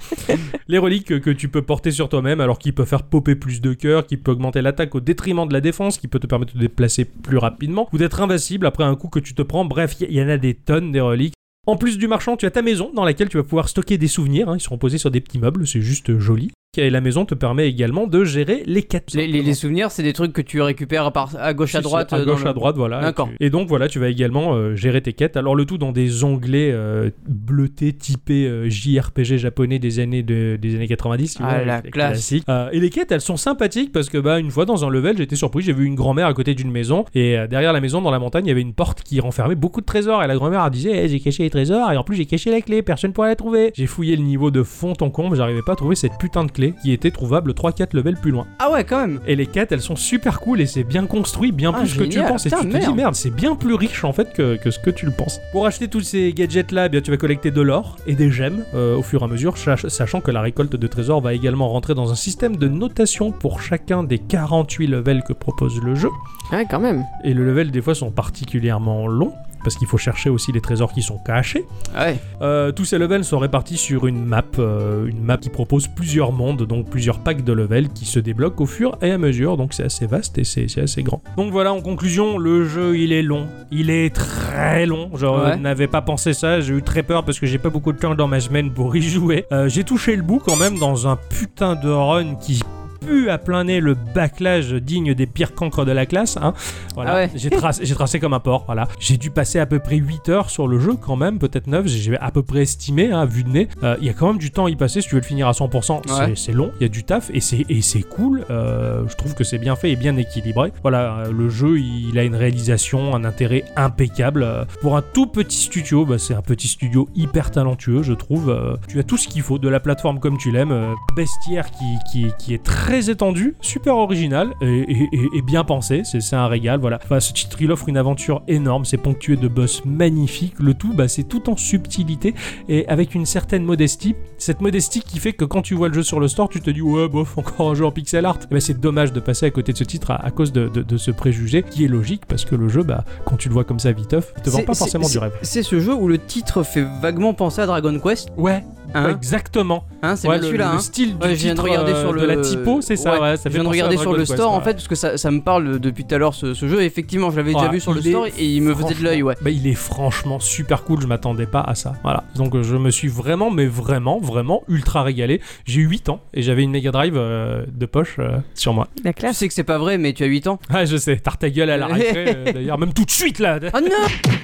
Les reliques que tu peux porter sur toi-même, alors qui peut faire popper plus de cœur, qui peut augmenter l'attaque au détriment de la défense, qui peut te permettre de te déplacer plus rapidement, ou d'être invincible après un coup que tu te prends. Bref, il y, y en a des tonnes des reliques. En plus du marchand, tu as ta maison dans laquelle tu vas pouvoir stocker des souvenirs. hein. Ils seront posés sur des petits meubles, c'est juste joli. Et la maison te permet également de gérer les quêtes.
Les, les- les souvenirs, c'est des trucs que tu récupères à, part- à gauche à
Si, si,
droite.
à
euh, dans
gauche
le-
à droite, voilà.
D'accord.
Et tu- Et donc voilà, tu vas également euh, gérer tes quêtes. Alors le tout dans des onglets euh, bleutés, typés euh, JRPG japonais des années de- des années 90. tu
Ah,
vois,
la
avec les
classe.
classiques. Euh, et les quêtes, elles sont sympathiques parce que bah une fois dans un level, j'étais surpris, j'ai vu une grand-mère à côté d'une maison et euh, derrière la maison, dans la montagne, il y avait une porte qui renfermait beaucoup de trésors et la grand-mère elle disait Eh, j'ai caché les trésors et en plus j'ai caché la clé, personne pourra la trouver. J'ai fouillé le niveau de fond en comble, j'arrivais pas à trouver cette putain de clé. clés qui étaient trouvables 3-4 levels plus loin.
Ah ouais, quand même.
Et les quêtes, elles sont super cool et c'est bien construit, bien
Ah,
plus que tu le
génial.
penses. Et tu
Putain,
te dis
merde.
merde, c'est bien plus riche en fait que, que ce que tu le penses. Pour acheter tous ces gadgets là, bien tu vas collecter de l'or et des gemmes euh, au fur et à mesure, sach- sachant que la récolte de trésors va également rentrer dans un système de notation pour chacun des 48 levels que propose le jeu.
Ouais, quand même.
Et le level des fois sont particulièrement longs parce qu'il faut chercher aussi les trésors qui sont cachés.
Ah ouais.
Euh, tous ces levels sont répartis sur une map, euh, une map qui propose plusieurs mondes, donc plusieurs packs de levels qui se débloquent au fur et à mesure, donc c'est assez vaste et c'est c'est assez grand. Donc voilà, en conclusion, le jeu il est long, il est très long, genre
Ouais.
je n'avais pas pensé ça, j'ai eu très peur parce que j'ai pas beaucoup de temps dans ma semaine pour y jouer. Euh, j'ai touché le bout quand même dans un putain de run qui pue à plein nez le backlash digne des pires cancres de la classe, hein. Voilà.
Ah ouais.
J'ai tracé, j'ai tracé comme un porc, voilà. J'ai dû passer à peu près 8 heures sur le jeu quand même, peut-être 9, j'ai à peu près estimé, hein, vu de nez. Euh, Il y a quand même du temps à y passer, si tu veux le finir à 100%,
Ouais.
c'est, c'est long, il y a du taf, et c'est, et c'est cool. Euh, je trouve que c'est bien fait et bien équilibré. Voilà, euh, le jeu, il, il a une réalisation, un intérêt impeccable. Euh, pour un tout petit studio, bah, c'est un petit studio hyper talentueux, je trouve. Euh, tu as tout ce qu'il faut, de la plateforme comme tu l'aimes, euh, bestiaire qui, qui, qui est très étendu, super original et, et- et- et bien pensé. C'est c'est un régal, voilà. Enfin, ce titre, il offre une aventure énorme. C'est ponctué de boss magnifiques. Le tout, bah, c'est tout en subtilité et avec une certaine modestie. Cette modestie qui fait que quand tu vois le jeu sur le store, tu te dis ouais, bof, encore un jeu en pixel art. Eh ben, c'est dommage de passer à côté de ce titre à, à cause de, de- de ce préjugé qui est logique parce que le jeu, bah, quand tu le vois comme ça viteuf, il te vend
C'est-
pas
c'est-
forcément du
c'est-
rêve.
C'est ce jeu où le titre fait vaguement penser à Dragon Quest.
Ouais,
Hein,
exactement.
hein, c'est
Ouais,
bien
le,
celui-là.
le
hein.
style du
Ouais, je viens de
titre,
regarder
euh,
sur
de
le-
la typo, c'est ça,
Ouais,
ouais, ça fait
je viens de
penser à
regarder sur
Dragon
le
Quest,
store en
ouais.
fait parce que ça, ça me parle depuis tout à l'heure ce, ce jeu. Effectivement, je l'avais
Ouais,
déjà vu sur le
il est
store et il me faisait de l'œil, ouais.
Bah, il est franchement super cool, je m'attendais pas à ça. Voilà. Donc euh, je me suis vraiment, mais vraiment, vraiment ultra régalé. J'ai 8 ans et j'avais une Mega Drive euh, de poche euh, sur moi.
La
Tu
classe.
sais que c'est pas vrai, mais tu as 8 ans.
Ah, je sais, tarte ta gueule à
[laughs]
la récré, euh, d'ailleurs, même tout de suite là.
Oh non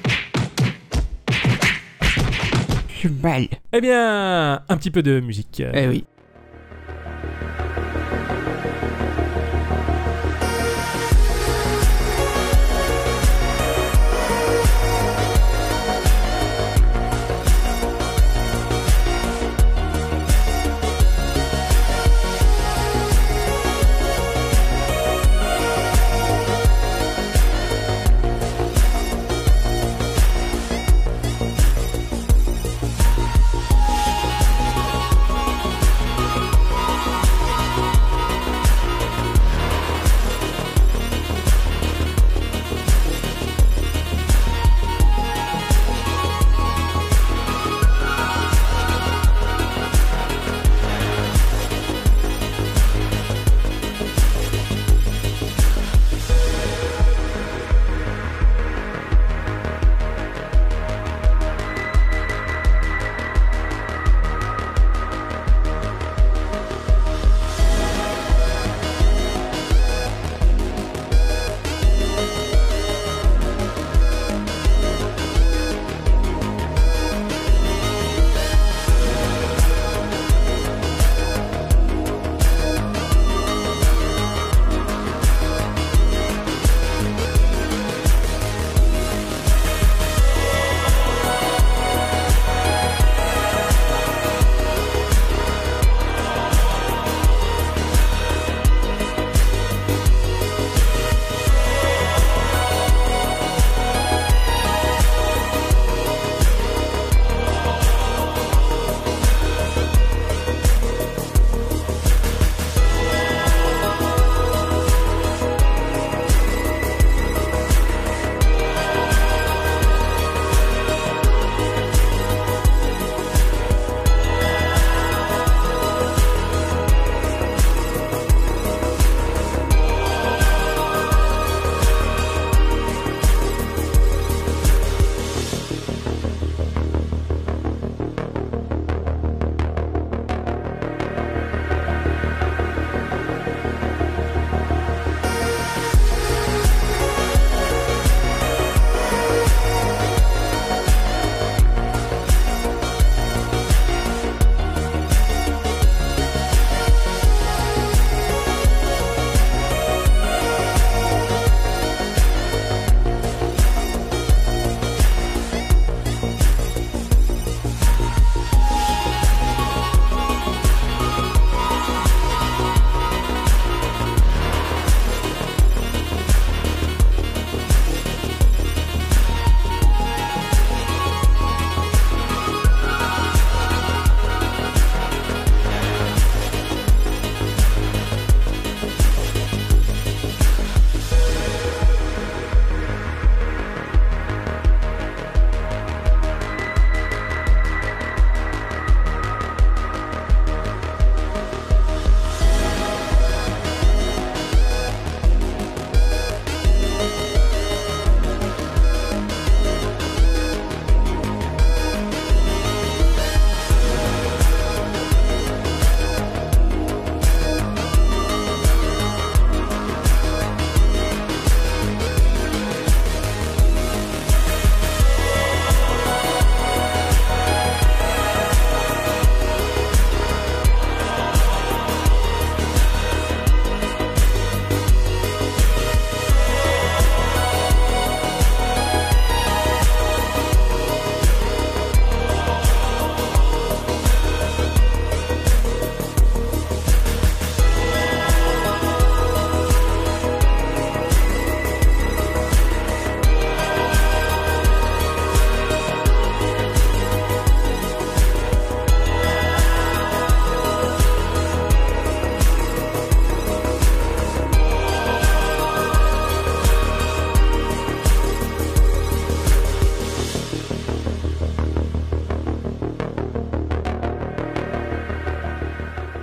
Je suis mal.
Eh bien, un petit peu de musique.
Eh oui.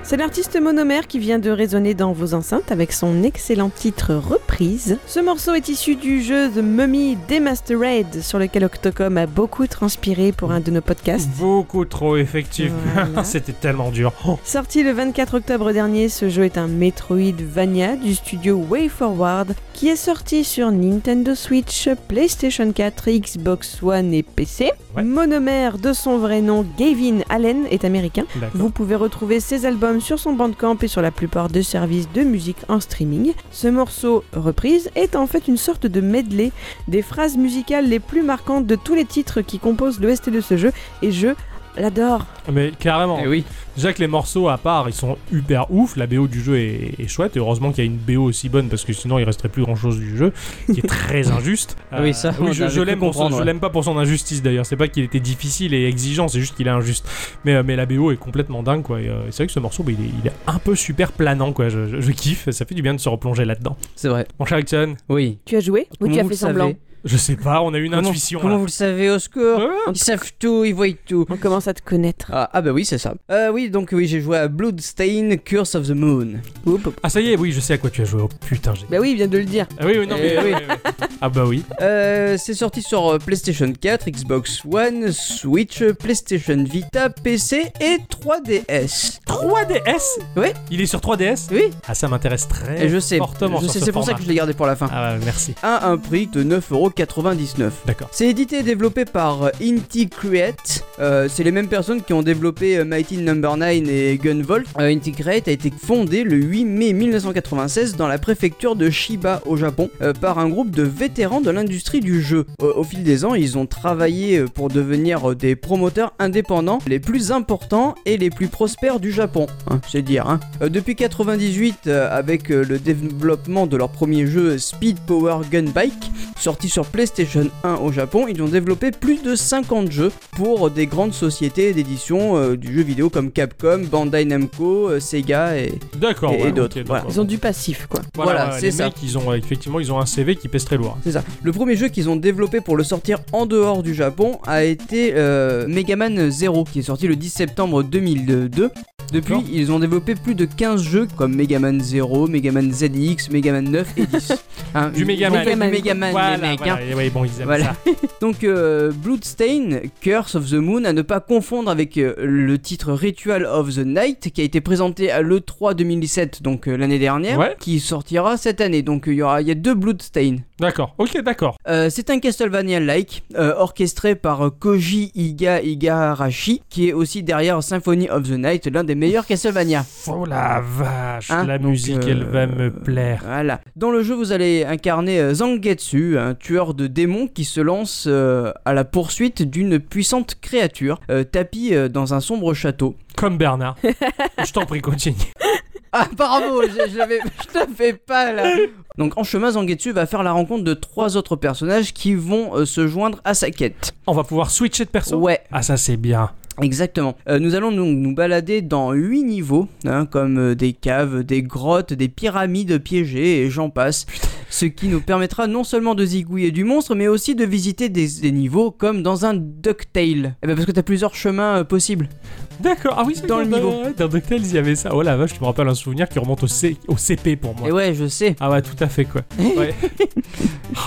C'est l'artiste monomère qui vient de résonner dans vos enceintes avec son excellent titre reprise. Ce morceau est issu du jeu The Mummy Demastered sur lequel Octocom a beaucoup transpiré pour un de nos
Mm.
podcasts.
Beaucoup trop, effectivement.
Mmh.
[laughs]
Voilà.
C'était tellement dur. Oh.
Sorti le 24 octobre dernier, ce jeu est un Metroidvania du studio WayForward qui est sorti sur Nintendo Switch, PlayStation 4, Xbox One et PC.
Ouais.
Monomère de son vrai nom, Gavin Allen, est américain.
D'accord.
Vous pouvez retrouver ses albums sur son bandcamp et sur la plupart des services de musique en streaming. Ce morceau, reprise, est en fait une sorte de medley des phrases musicales les plus marquantes de tous les titres qui composent l'OST de ce jeu et je l'adore.
Mais carrément.
Eh oui.
Déjà que les morceaux à part, ils sont hyper ouf. La BO du jeu est, est chouette. Et heureusement qu'il y a une BO aussi bonne parce que sinon il resterait plus grand chose du jeu, qui
[laughs]
est très injuste. Euh,
Ah oui, ça, on
je,
avait
je
cru
l'aime pour son-
comprendre,
je
ouais.
l'aime pas pour son injustice d'ailleurs. C'est pas qu'il était difficile et exigeant, c'est juste qu'il est injuste. Mais, euh, mais la BO est complètement dingue quoi. Et, euh, c'est vrai que ce morceau, bah, il, est, il est un peu super planant quoi. Je, je- je kiffe. Ça fait du bien de se replonger là-dedans.
C'est vrai.
Mon cher Alton,
Oui.
Tu as joué ou tu
Comment
as
vous
fait
le savez
semblant
je sais pas. On a eu une
Comment-
intuition.
Comment
là.
vous le savez au secours
Ouais, ouais.
Ils savent tout, ils voient tout.
On commence à te connaître.
Ah, ah bah oui, c'est ça. Euh, oui, donc oui, j'ai joué à Bloodstain Curse of the Moon.
Oup, oup.
Ah ça y est, oui, je sais à quoi tu as joué. Oh putain, j'ai.
Bah oui, il vient de le dire.
Ah oui, oui, non,
Eh
mais
oui.
Ah bah oui.
Euh, c'est sorti sur euh, PlayStation 4, Xbox One, Switch, PlayStation Vita, PC et 3DS.
3DS
Ouais.
Il est sur 3DS
Oui,
Ah, ça m'intéresse très
et je sais,
fortement
je
sur
sais,
ce
c'est pour ça que
format.
je l'ai gardé pour la fin.
Ah, ouais, merci.
À un prix de 9,99€.
D'accord.
C'est édité et développé par euh, Inti Create. Euh, c'est les mêmes personnes qui ont développé euh, Mighty Number 9 et Gunvolt. Euh, Inti Create a été fondé le 8 mai 1996 dans la préfecture de Shiba au Japon euh, par un groupe de vétérans de l'industrie du jeu. Euh, au fil des ans, ils ont travaillé euh, pour devenir euh, des promoteurs indépendants les plus importants et les plus prospères du Japon. Hein, c'est dire, hein. Euh, depuis 98, euh, avec euh, le développement de leur premier jeu Speed Power Gun Bike, Sorti sur PlayStation 1 au Japon, ils ont développé plus de 50 jeux pour des grandes sociétés d'édition euh, du jeu vidéo comme Capcom, Bandai Namco, euh, Sega et...
D'accord.
Et- et
ouais,
d'autres,
ok,
voilà.
d'accord.
Ils ont du passif, quoi.
voilà,
ouais,
c'est
les
ça. Mm.
mecs, ils ont, euh, effectivement, ils ont un CV qui pèse très lourd.
C'est ça. Le premier jeu qu'ils ont développé pour le sortir en dehors du Japon a été euh, Mega Man 0, qui est sorti le 10 septembre 2002. Depuis,
D'accord.
ils ont développé plus de 15 jeux comme Mega Man 0, Mega Man ZX, Mega Man 9 et
[laughs]
10. Hein,
Du
ils-
Mega
ils
Man.
font du
Voilà,
Mega Man, les
voilà,
mecs, hein.
voilà, et ouais, bon, ils aiment
Voilà.
ça.
Donc euh, Bloodstain, Curse of the Moon, à ne pas confondre avec euh, le titre Ritual of the Night qui a été présenté à l'E3 2017, donc euh, l'année dernière,
Ouais.
qui sortira cette année. Donc euh, il y, aura, il y a deux Bloodstain.
D'accord. Ok, d'accord.
Euh, c'est un Castlevania-like, euh, orchestré par euh, Koji Iga Igarashi, qui est aussi derrière Symphony of the Night, l'un des meilleurs Castlevania.
Oh la vache,
Hein,
la
donc,
musique, elle
euh,
va me plaire.
Voilà. Dans le jeu, vous allez incarner euh, Zangetsu, un tueur de démons qui se lance euh, à la poursuite d'une puissante créature euh, tapie euh, dans un sombre château. [laughs]
Comme Bernard. je t'en prie, continue.
Ah, bravo, je, je l'avais, [laughs] je l'avais pas là. Donc en chemin, Zangetsu va faire la rencontre de trois autres personnages qui vont euh, se joindre à sa quête.
On va pouvoir switcher de perso.
Ouais.
Ah, ça, c'est bien.
Exactement. Euh, nous allons donc nous balader dans huit niveaux, hein, comme euh, des caves, des grottes, des pyramides piégées et j'en passe. Ce qui nous permettra non seulement de zigouiller du monstre, mais aussi de visiter des, des niveaux comme dans un DuckTale. Eh ben, parce que t'as plusieurs chemins euh, possibles.
D'accord. Ah oui, c'est
Dans
vrai
le
que
niveau.
Dans DuckTales, il y avait ça. Oh la vache, tu me rappelles un souvenir qui remonte au, C- au CP pour moi.
Et Eh ouais, je sais.
Ah ouais, tout à
[laughs]
fait, quoi. Ouais.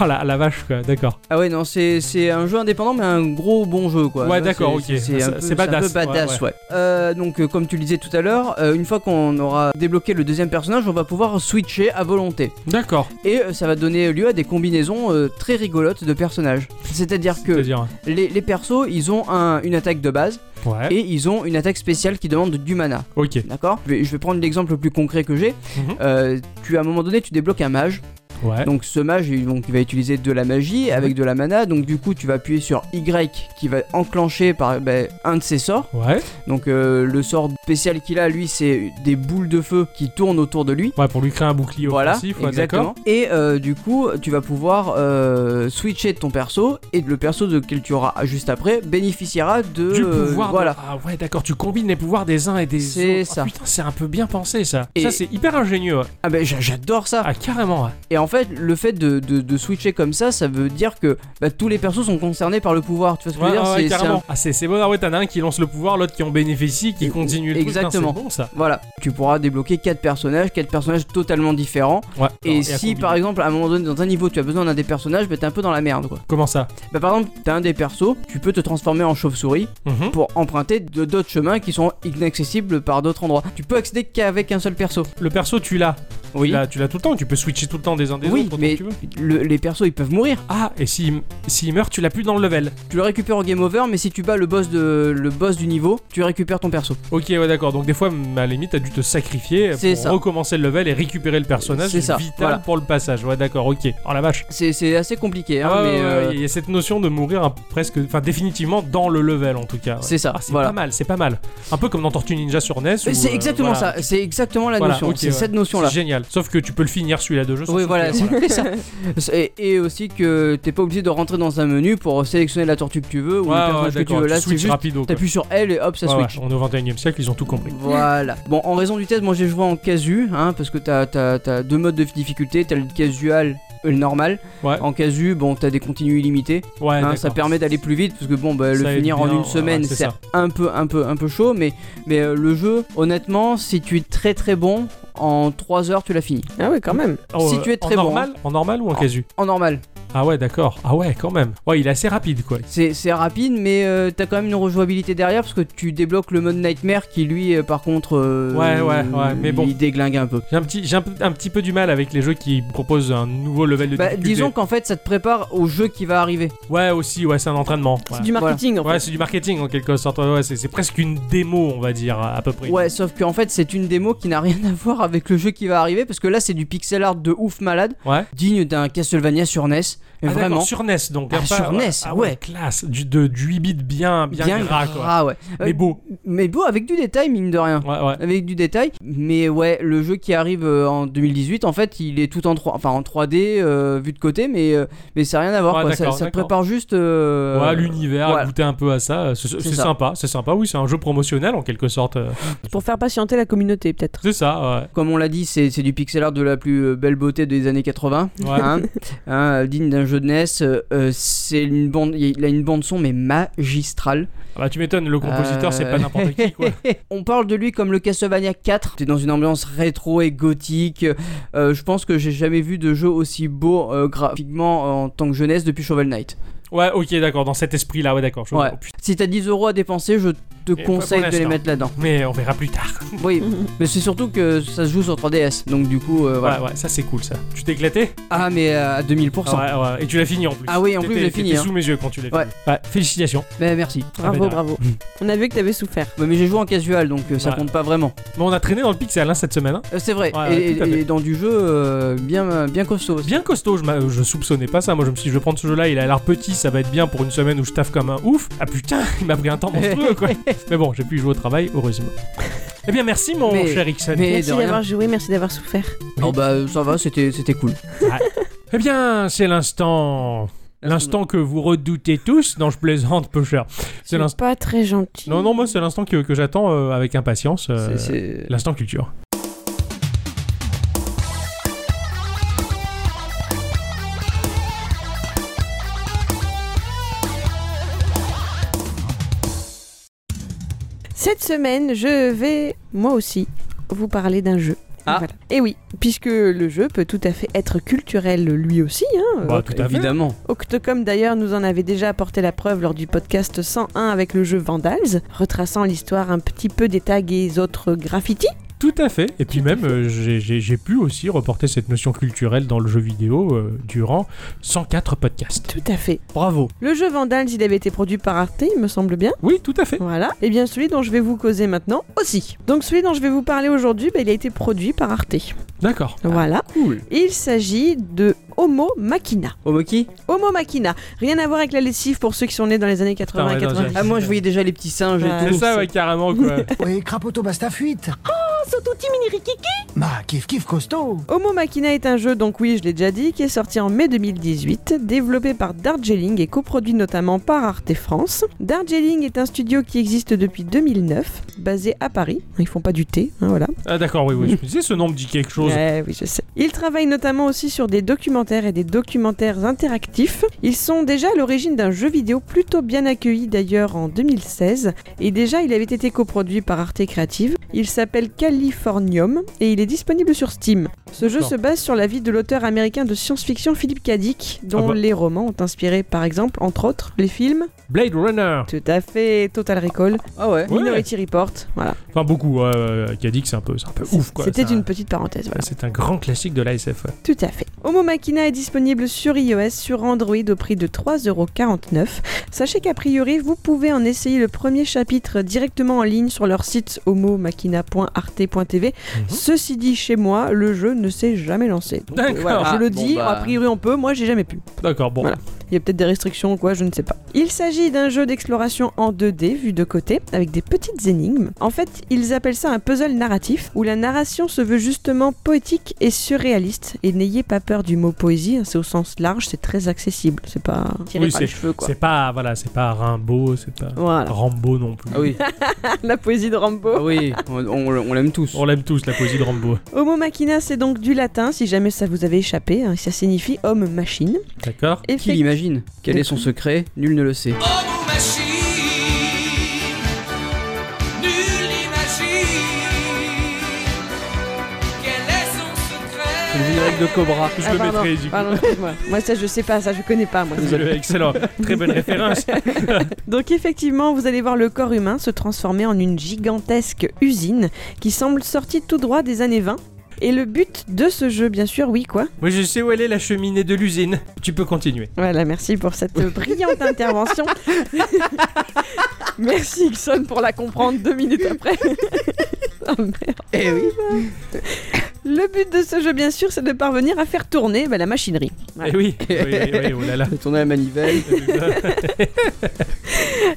oh la, la vache, quoi. D'accord.
Ah ouais, non, c'est c'est un jeu indépendant, mais un gros bon jeu, quoi.
Ouais,
Tu vois,
d'accord,
c'est-
ok.
C'est un
C'est-
peu-
c'est
c'est un peu
badass, ouais,
badass,
ouais.
ouais. Euh, donc, euh, comme tu le disais tout à l'heure, euh, une fois qu'on aura débloqué le deuxième personnage, on va pouvoir switcher à volonté.
D'accord.
et euh, ça va donner lieu à des combinaisons euh, très rigolotes de personnages. C'est-à-dire que
C'est-à-dire.
les, les persos, ils ont un- une attaque de base
Ouais.
et ils ont une attaque spéciale qui demande du mana.
Ok.
D'accord je, vais- je vais prendre l'exemple le plus concret que j'ai.
Mhm.
Euh, tu à un moment donné, tu débloques un mage.
Ouais.
Donc ce mage, il, donc, il va utiliser de la magie avec de la mana. Donc du coup, tu vas appuyer sur Y qui va enclencher par ben, un de ses sorts.
Ouais.
Donc euh, le sort spécial qu'il a, lui, c'est des boules de feu qui tournent autour de lui.
Ouais, pour lui créer un bouclier
Voilà,
offensif. ouais,
exactement. Et euh, du coup, tu vas pouvoir euh, switcher ton perso et le perso de lequel tu auras juste après bénéficiera de
d'accord. Du
euh,
pouvoir. de-
voilà.
Ah ouais, d'accord. Tu combines les pouvoirs des uns et des autres.
C'est
Ah,
ça.
putain, c'est un peu bien pensé ça.
Et-
Ça, c'est hyper ingénieux. ouais.
Ah ben j'a- j'adore ça.
Ah, carrément. ouais.
Et en fait, le fait de, de- de switcher comme ça, ça veut dire que bah, tous les persos sont concernés par le pouvoir. Tu vois ce que je veux
Ouais,
dire
ouais,
C'est- c'est un-
carrément. Ah, c'est c'est bon, ah ouais, t'en as un qui lance le pouvoir, l'autre qui en bénéficie, qui
Et-
continue le truc. Putain,
exactement.
C'est bon ça.
Voilà, tu pourras débloquer quatre personnages, quatre personnages totalement différents.
Ouais.
Et,
à
si
combiner.
par exemple à un moment donné dans un niveau tu as besoin d'un des personnages, bah t'es un peu dans la merde quoi.
Comment ça
Bah par exemple t'as un des persos, tu peux te transformer en chauve-souris
Mhm.
pour emprunter de- d'autres chemins qui sont inaccessibles par d'autres endroits. Tu peux accéder qu'avec un seul perso.
Le perso, tu l'as. Tu
Oui.
l'as- Tu l'as tout le temps. Tu peux switcher tout le temps Bah, des uns des
Oui,
autres. autant
mais
que tu veux.
le- les persos ils peuvent mourir.
Ah, et s'il s'il meurt, tu l'as plus dans le level.
Tu le récupères au game over, mais si tu bats le boss de le boss du niveau, tu récupères ton perso.
Ok, ouais, d'accord. Donc des fois, m- à la limite, t'as dû te sacrifier
C'est
pour
ça.
recommencer le level et récupérer le personnage
C'est ça,
vital
voilà.
pour le passage. Ouais, d'accord. Ok. Oh la vache.
C'est c'est assez compliqué, hein,
Ah,
mais
ouais, ouais,
euh,
ouais, Il y a cette notion de mourir un- presque, enfin définitivement dans le level en tout cas. ouais.
c'est ça.
Ah, c'est
voilà.
pas mal, c'est pas mal. Un peu comme dans Tortue Ninja sur NES. où,
C'est
euh,
exactement
voilà.
ça. C'est exactement la
Voilà,
notion.
ok,
c'est
ouais.
cette notion là.
C'est génial. Sauf que tu peux le finir celui-là de jeu. sans
Oui,
souffler,
voilà, c'est ça. Et, et aussi que t'es pas obligé de rentrer dans un menu pour sélectionner la tortue que tu veux ou
Ouais,
le personnage que
ouais,
tu
d'accord,
veux. Là,
tu
c'est
switches
juste.
rapido. quoi.
T'appuies sur L et hop, ça
Ouais, ouais,
switch.
on est au 21 e siècle, ils ont tout compris.
Voilà. Bon, en raison du test, moi j'ai joué en casu, hein, parce que t'as as, deux modes de difficulté. T'as le casual et le normal.
Ouais.
En casu, bon, t'as des continues illimitées.
Ouais,
hein,
d'accord.
ça permet d'aller plus vite, parce que bon, bah, le
Ça aide
finir en
bien,
une semaine,
ouais, c'est
c'est
ça.
un peu, un peu, un peu chaud, mais, mais euh, le jeu, honnêtement, si tu es très très bon, en 3 heures tu l'as fini.
Ah ouais, quand même.
si
euh,
tu es très
en
bon, hein.
normal, en normal ou en
En-
casu
En normal.
Ah ouais, d'accord. Ah ouais, quand même. Ouais, il est assez rapide, quoi.
C'est c'est rapide, mais euh, t'as quand même une rejouabilité derrière parce que tu débloques le mode Nightmare qui, lui, euh, par contre, euh,
Ouais, ouais, ouais, mais bon.
il déglingue un peu.
J'ai un petit, j'ai un, un petit peu du mal avec les jeux qui proposent un nouveau level de
Bah,
difficulté.
disons qu'en fait, ça te prépare au jeu qui va arriver.
Ouais, aussi, ouais, c'est un entraînement.
C'est
Ouais,
du marketing en fait.
Ouais, c'est du marketing en quelque sorte. Ouais, ouais, c'est c'est presque une démo, on va dire, à à peu près.
Ouais, sauf qu'en fait, c'est une démo qui n'a rien à voir avec le jeu qui va arriver parce que là, c'est du pixel art de ouf malade,
Ouais.
digne d'un Castlevania sur NES.
Ah,
Mais
d'accord,
vraiment.
Sur NES, donc. hein,
Ah,
pas-
sur NES,
ah
ouais.
Classe. Du, de, du 8 bits bien, bien, gras, quoi.
Ah, ouais.
Mais beau.
Mais beau, avec du détail, mine de rien.
Ouais, ouais.
avec du détail. Mais ouais, le jeu qui arrive euh, en 2018, en fait, il est tout en 3, enfin en 3D euh, vu de côté, mais euh, mais ça n'a rien à voir.
Ouais,
quoi. Ça,
d'accord,
ça
d'accord.
prépare juste. euh,
Ouais, l'univers,
voilà.
goûter un peu à ça, euh, c'est c'est
ça.
sympa, c'est sympa, oui, c'est un jeu promotionnel en quelque sorte. euh.
Pour faire patienter la communauté peut-être.
C'est ça,
Comme on l'a dit, c'est c'est du pixel art de la plus euh, belle beauté des années 80,
ouais. Ouais.
hein, hein, digne d'un jeu de NES. euh, euh, c'est une bande, il a une bande son mais magistrale.
Ah bah, tu m'étonnes, le compositeur, c'est
Euh,
pas n'importe qui,
[laughs]
quoi.
On parle de lui comme le Castlevania 4. T'es dans une ambiance rétro et gothique. Euh, je pense que j'ai jamais vu de jeu aussi beau euh, graphiquement en tant que jeunesse depuis Shovel Knight.
Ouais, ok, d'accord, dans cet esprit-là, ouais, d'accord. je vois.
Ouais.
Oh, putain,
Si t'as 10 euros à dépenser, je te
pas
conseille
pour
de les
l'instant.
mettre
[laughs]
là-dedans.
Mais on verra plus tard.
Oui, mais c'est surtout que ça se joue sur 3DS, donc du coup, euh, voilà.
Ouais, ouais, ça c'est cool, ça. Tu t'es éclaté
Ah, mais à 2000%.
Ouais, ouais, et tu l'as fini en plus.
Ah oui, en plus,
T'étais-
je l'ai fini,
t'étais
hein.
sous mes yeux quand tu l'as
Ouais.
fini. Ouais, félicitations.
Mais merci.
Ah, mais
[laughs] Bravo, bravo.
[laughs]
On a vu que t'avais souffert.
Ouais, mais j'ai joué en casual, donc euh, ça
Ouais.
compte pas vraiment.
Mais on a traîné dans le pixel hein, cette semaine. hein.
Euh, c'est vrai,
Ouais,
et,
tout à fait.
et dans du jeu euh, bien, bien costaud. aussi.
Bien costaud, je, m'a- euh, je soupçonnais pas ça. Moi, je me suis dit, je vais prendre ce jeu-là, il a l'air petit, ça va être bien pour une semaine où je taffe comme un ouf. Ah putain, [laughs] il m'a pris un temps monstrueux,
[laughs]
quoi. Mais bon, j'ai pu y jouer au travail, heureusement. Eh bien, merci, mon
Mais-
cher Ixon.
mais- Et
Merci
de rien.
d'avoir joué, merci d'avoir souffert.
Oh bah euh, ça va, c'était c'était cool.
Eh bien, c'est l'instant. L'instant que vous redoutez tous. Non, je plaisante, peu cher. C'est l'instant.
pas très gentil.
Non, non, moi, c'est l'instant que, que j'attends euh, avec impatience.
C'est-
euh,
c'est-
L'instant culture.
Cette semaine, je vais moi aussi vous parler d'un jeu.
Ah.
Et oui, puisque le jeu peut tout à fait être culturel lui aussi. Hein.
Bah, tout à fait.
Évidemment.
Octocom d'ailleurs nous en avait déjà apporté la preuve lors du podcast 101 avec le jeu Vandals, retraçant l'histoire un petit peu des tags et autres graffitis.
Tout à fait. Et puis même, euh, j'ai- j'ai j'ai pu aussi reporter cette notion culturelle dans le jeu vidéo euh, durant 104 podcasts.
Tout à fait.
Bravo.
Le jeu Vandals, il avait été produit par Arte, il me semble bien.
Oui, tout à fait.
Voilà. Et bien celui dont je vais vous causer maintenant aussi. Donc celui dont je vais vous parler aujourd'hui, bah, il a été produit par Arte.
D'accord.
Voilà.
Cool. bah,
Il s'agit de Homo Machina.
Omoki
Homo Machina. Rien à voir avec la lessive pour ceux qui sont nés dans les années 80
Putain, ouais, non,
90.
Ah, moi je voyais déjà les petits singes et
Ouais.
tout.
C'est ça, ouais, carrément, quoi.
Oui, Crapoto, basta fuite. ce touti mini rikiki
Bah, kiff kiff costaud
Homo Machina est un jeu, donc oui, je l'ai déjà dit, qui est sorti en mai 2018, développé par Darjeeling et coproduit notamment par Arte France. Darjeeling est un studio qui existe depuis 2009, basé à Paris. Ils font pas du thé, hein, voilà.
Ah d'accord, oui, oui. Je me disais, ce nom me dit quelque chose.
Ouais, Eh oui, je sais. Ils travaillent notamment aussi sur des documentaires et des documentaires interactifs. Ils sont déjà à l'origine d'un jeu vidéo plutôt bien accueilli d'ailleurs en 2016. Et déjà, il avait été coproduit par Arte Creative. Il s'appelle Californium et il est disponible sur Steam. Ce jeu
D'accord.
se base sur la vie de l'auteur américain de science-fiction Philip K. Dick, dont
Ah bah.
les romans ont inspiré par exemple, entre autres, les films.
Blade Runner.
Tout à fait, Total Recall,
Ah ouais.
Ouais.
Minority Report. Voilà.
Enfin beaucoup. Euh, qui a dit que c'est un peu, c'est un peu ouf quoi.
C'était
C'est un-
une petite parenthèse. Voilà.
C'est un grand classique de l'ASF. ouais.
Tout à fait. Homo Machina est disponible sur iOS, sur Android au prix de 3,49€. Sachez qu'a priori, vous pouvez en essayer le premier chapitre directement en ligne sur leur site homomachina.arte.tv. Ceci dit, chez moi, le jeu ne s'est jamais lancé. Donc,
D'accord.
Ah,
je le
bon,
dis,
bah.
a priori on peut, moi j'ai jamais pu.
D'accord, bon.
Voilà. Il y a peut-être des restrictions ou quoi, je ne sais pas. Il s'agit d'un jeu d'exploration en 2D, vu de côté, avec des petites énigmes. En fait, ils appellent ça un puzzle narratif, où la narration se veut justement poétique et surréaliste. Et n'ayez pas peur du mot poésie, hein, c'est au sens large, c'est très accessible, c'est pas tiré
Oui,
par les cheveux quoi.
C'est pas, voilà, c'est pas Rimbaud, c'est pas
Voilà,
Rambo non plus.
Ah oui.
[laughs] la poésie de
Ah
Rambo.
oui. On, on- on l'aime tous.
On l'aime tous, la poésie de Rambo.
Homo machina, c'est donc du latin, si jamais ça vous avait échappé, hein, ça signifie homme-machine.
D'accord
Qui l'imagine Quel est son secret Nul ne le sait. C'est le générique de Cobra.
Je
[laughs]
Ah,
le
pardon,
mettrai du coup.
Pardon, excuse-moi. moi ça je sais pas, ça je connais pas moi.
Vous avez- Excellent, très bonne référence.
Donc effectivement, vous allez voir le corps humain se transformer en une gigantesque usine qui semble sortie tout droit des années 20. Et le but de ce jeu, bien sûr, oui quoi.
Moi je sais où elle est la cheminée de l'usine. Tu peux continuer.
Voilà, merci
[laughs]
pour cette brillante intervention. merci Ixon pour la comprendre deux minutes
[laughs]
après. Oh, merde.
Eh oui.
Le but de ce jeu, bien sûr, c'est de parvenir à faire tourner bah, la machinerie. Voilà.
Eh oui, oui, oui, oui, oh là là.
J'ai tourné la manivelle.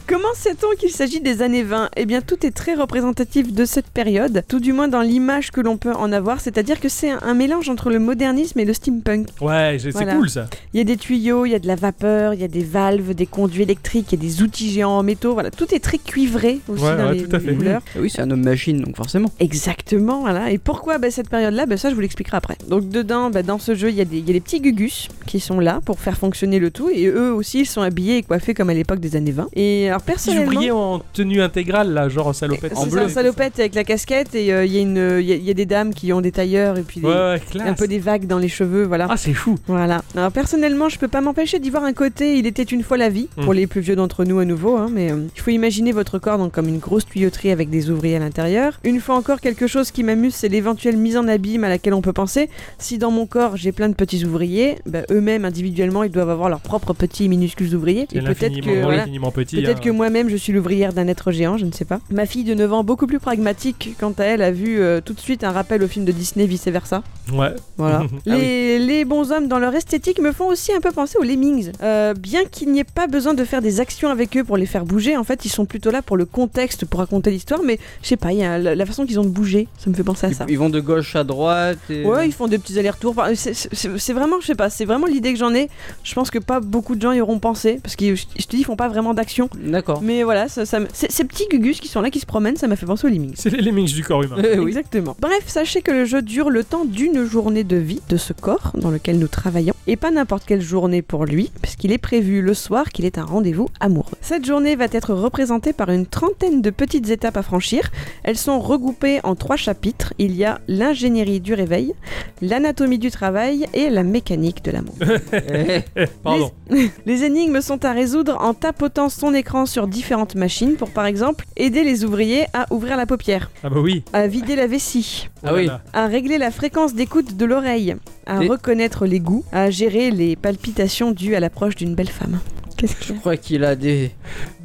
Comment sait-on qu'il s'agit des années 20 Eh bien, tout est très représentatif de cette période, tout du moins dans l'image que l'on peut en avoir, c'est-à-dire que c'est un, un mélange entre le modernisme et le steampunk.
Ouais, c'est c'est
Voilà.
cool ça.
Il y a des tuyaux, il y a de la vapeur, il y a des valves, des conduits électriques, il y a des outils géants en métaux, voilà, tout est très cuivré aussi
Ouais,
dans
ouais,
les,
tout à
les
fait.
couleurs.
Ah oui, c'est un homme machine, donc forcément.
Exactement, voilà. Et pourquoi bah, cette période-là bah, Ça, je vous l'expliquerai après. Donc, dedans, bah, dans ce jeu, il y, a des- il y a des petits gugus qui sont là pour faire fonctionner le tout. Et eux aussi, ils sont habillés et coiffés comme à l'époque des années 20. Et alors,
Petit
personnellement.
ouvrier en tenue intégrale là, genre en salopette.
C'est ça, salopette avec la casquette et euh, il y, a une- il y a- il y a des dames qui ont des tailleurs et puis des-
Ouais, ouais,
un
classe.
peu des vagues dans les cheveux, voilà.
Ah, c'est fou.
Voilà. Alors personnellement, je peux pas m'empêcher d'y voir un côté. Il était une fois la vie pour
Mm.
les plus vieux d'entre nous à nouveau, hein, mais euh, il faut imaginer votre corps donc comme une grosse tuyauterie avec des ouvriers à l'intérieur. Une fois encore, quelque chose qui m'amuse, c'est l'éventuelle mise en abîme à laquelle on peut penser. Si dans mon corps j'ai plein de petits ouvriers, bah, eux-mêmes individuellement, ils doivent avoir leurs propres petits et minuscules ouvriers.
C'est
Et peut-être
l'infiniment
que
grand,
voilà,
l'infiniment petit.
Peut-être
hein.
que moi-même je suis l'ouvrière d'un être géant, je ne sais pas. Ma fille de 9 ans, beaucoup plus pragmatique quant à elle, a vu euh, tout de suite un rappel au film de Disney, vice versa.
Ouais. [laughs]
Voilà.
Ah
les, les bonshommes dans leur esthétique me font aussi un peu penser aux Lemmings. Euh, bien qu'il n'y ait pas besoin de faire des actions avec eux pour les faire bouger, en fait ils sont plutôt là pour le contexte, pour raconter l'histoire, mais je sais pas, il y a la, la façon qu'ils ont de bouger, ça me fait penser à
Ils,
ça.
ils vont de gauche à droite. Et...
Ouais, ils font des petits allers-retours. Enfin, c'est- C'est c'est vraiment, je sais pas, c'est vraiment l'idée que j'en ai. Je pense que pas beaucoup de gens y auront pensé, parce que je te dis, ils font pas vraiment d'action.
D'accord.
Mais voilà, ça, ça me- ces ces petits gugus qui sont là, qui se promènent, ça m'a fait penser aux Lemmings.
C'est les lemmings du corps humain.
Eh
[laughs]
oui.
Exactement. Bref, sachez que le jeu dure le temps d'une journée de vie de ce corps dans lequel nous travaillons, et pas n'importe quelle journée pour lui, puisqu'il est prévu le soir qu'il est un rendez-vous amoureux. Cette journée va être représentée par une trentaine de petites étapes à franchir. Elles sont regroupées en trois chapitres. Il y a l'ingénierie du réveil, l'anatomie du travail et la mécanique de l'amour.
Eh,
Eh, Pardon.
Les énigmes sont à résoudre en tapotant son écran sur différentes machines pour par exemple aider les ouvriers à ouvrir la paupière,
Ah bah oui.
à vider la vessie,
Ah
Oh là
oui.
là.
à régler la fréquence d'écoute de l'oreille, à
Et-
reconnaître les goûts, à gérer les palpitations dues à l'approche d'une belle femme. Qu'est-ce qu'il y
Je crois qu'il a des,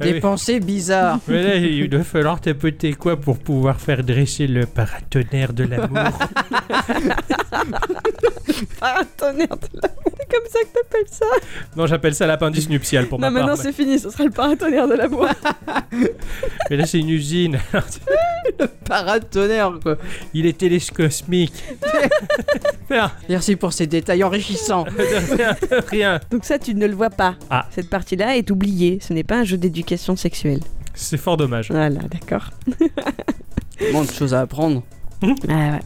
des
Eh oui.
pensées bizarres.
Mais là, il va falloir tapoter quoi pour pouvoir faire dresser le paratonnerre de
[laughs]
l'amour
Ah, tonnerre de l'amour. C'est comme ça que t'appelles ça
Non, j'appelle ça l'appendice nuptial pour
Non,
ma part.
maintenant c'est fini, ce sera le paratonnerre
[laughs]
de l'amour.
Mais là, c'est une usine.
Paratonnerre, quoi.
Il est télescosmique. [laughs] Rien,
Merci pour ces détails enrichissants.
rien, rien.
Donc ça, tu ne le vois pas.
Ah.
Cette partie-là est oubliée. Ce n'est pas un jeu d'éducation sexuelle.
C'est fort dommage.
Voilà, d'accord.
Tellement de choses à apprendre.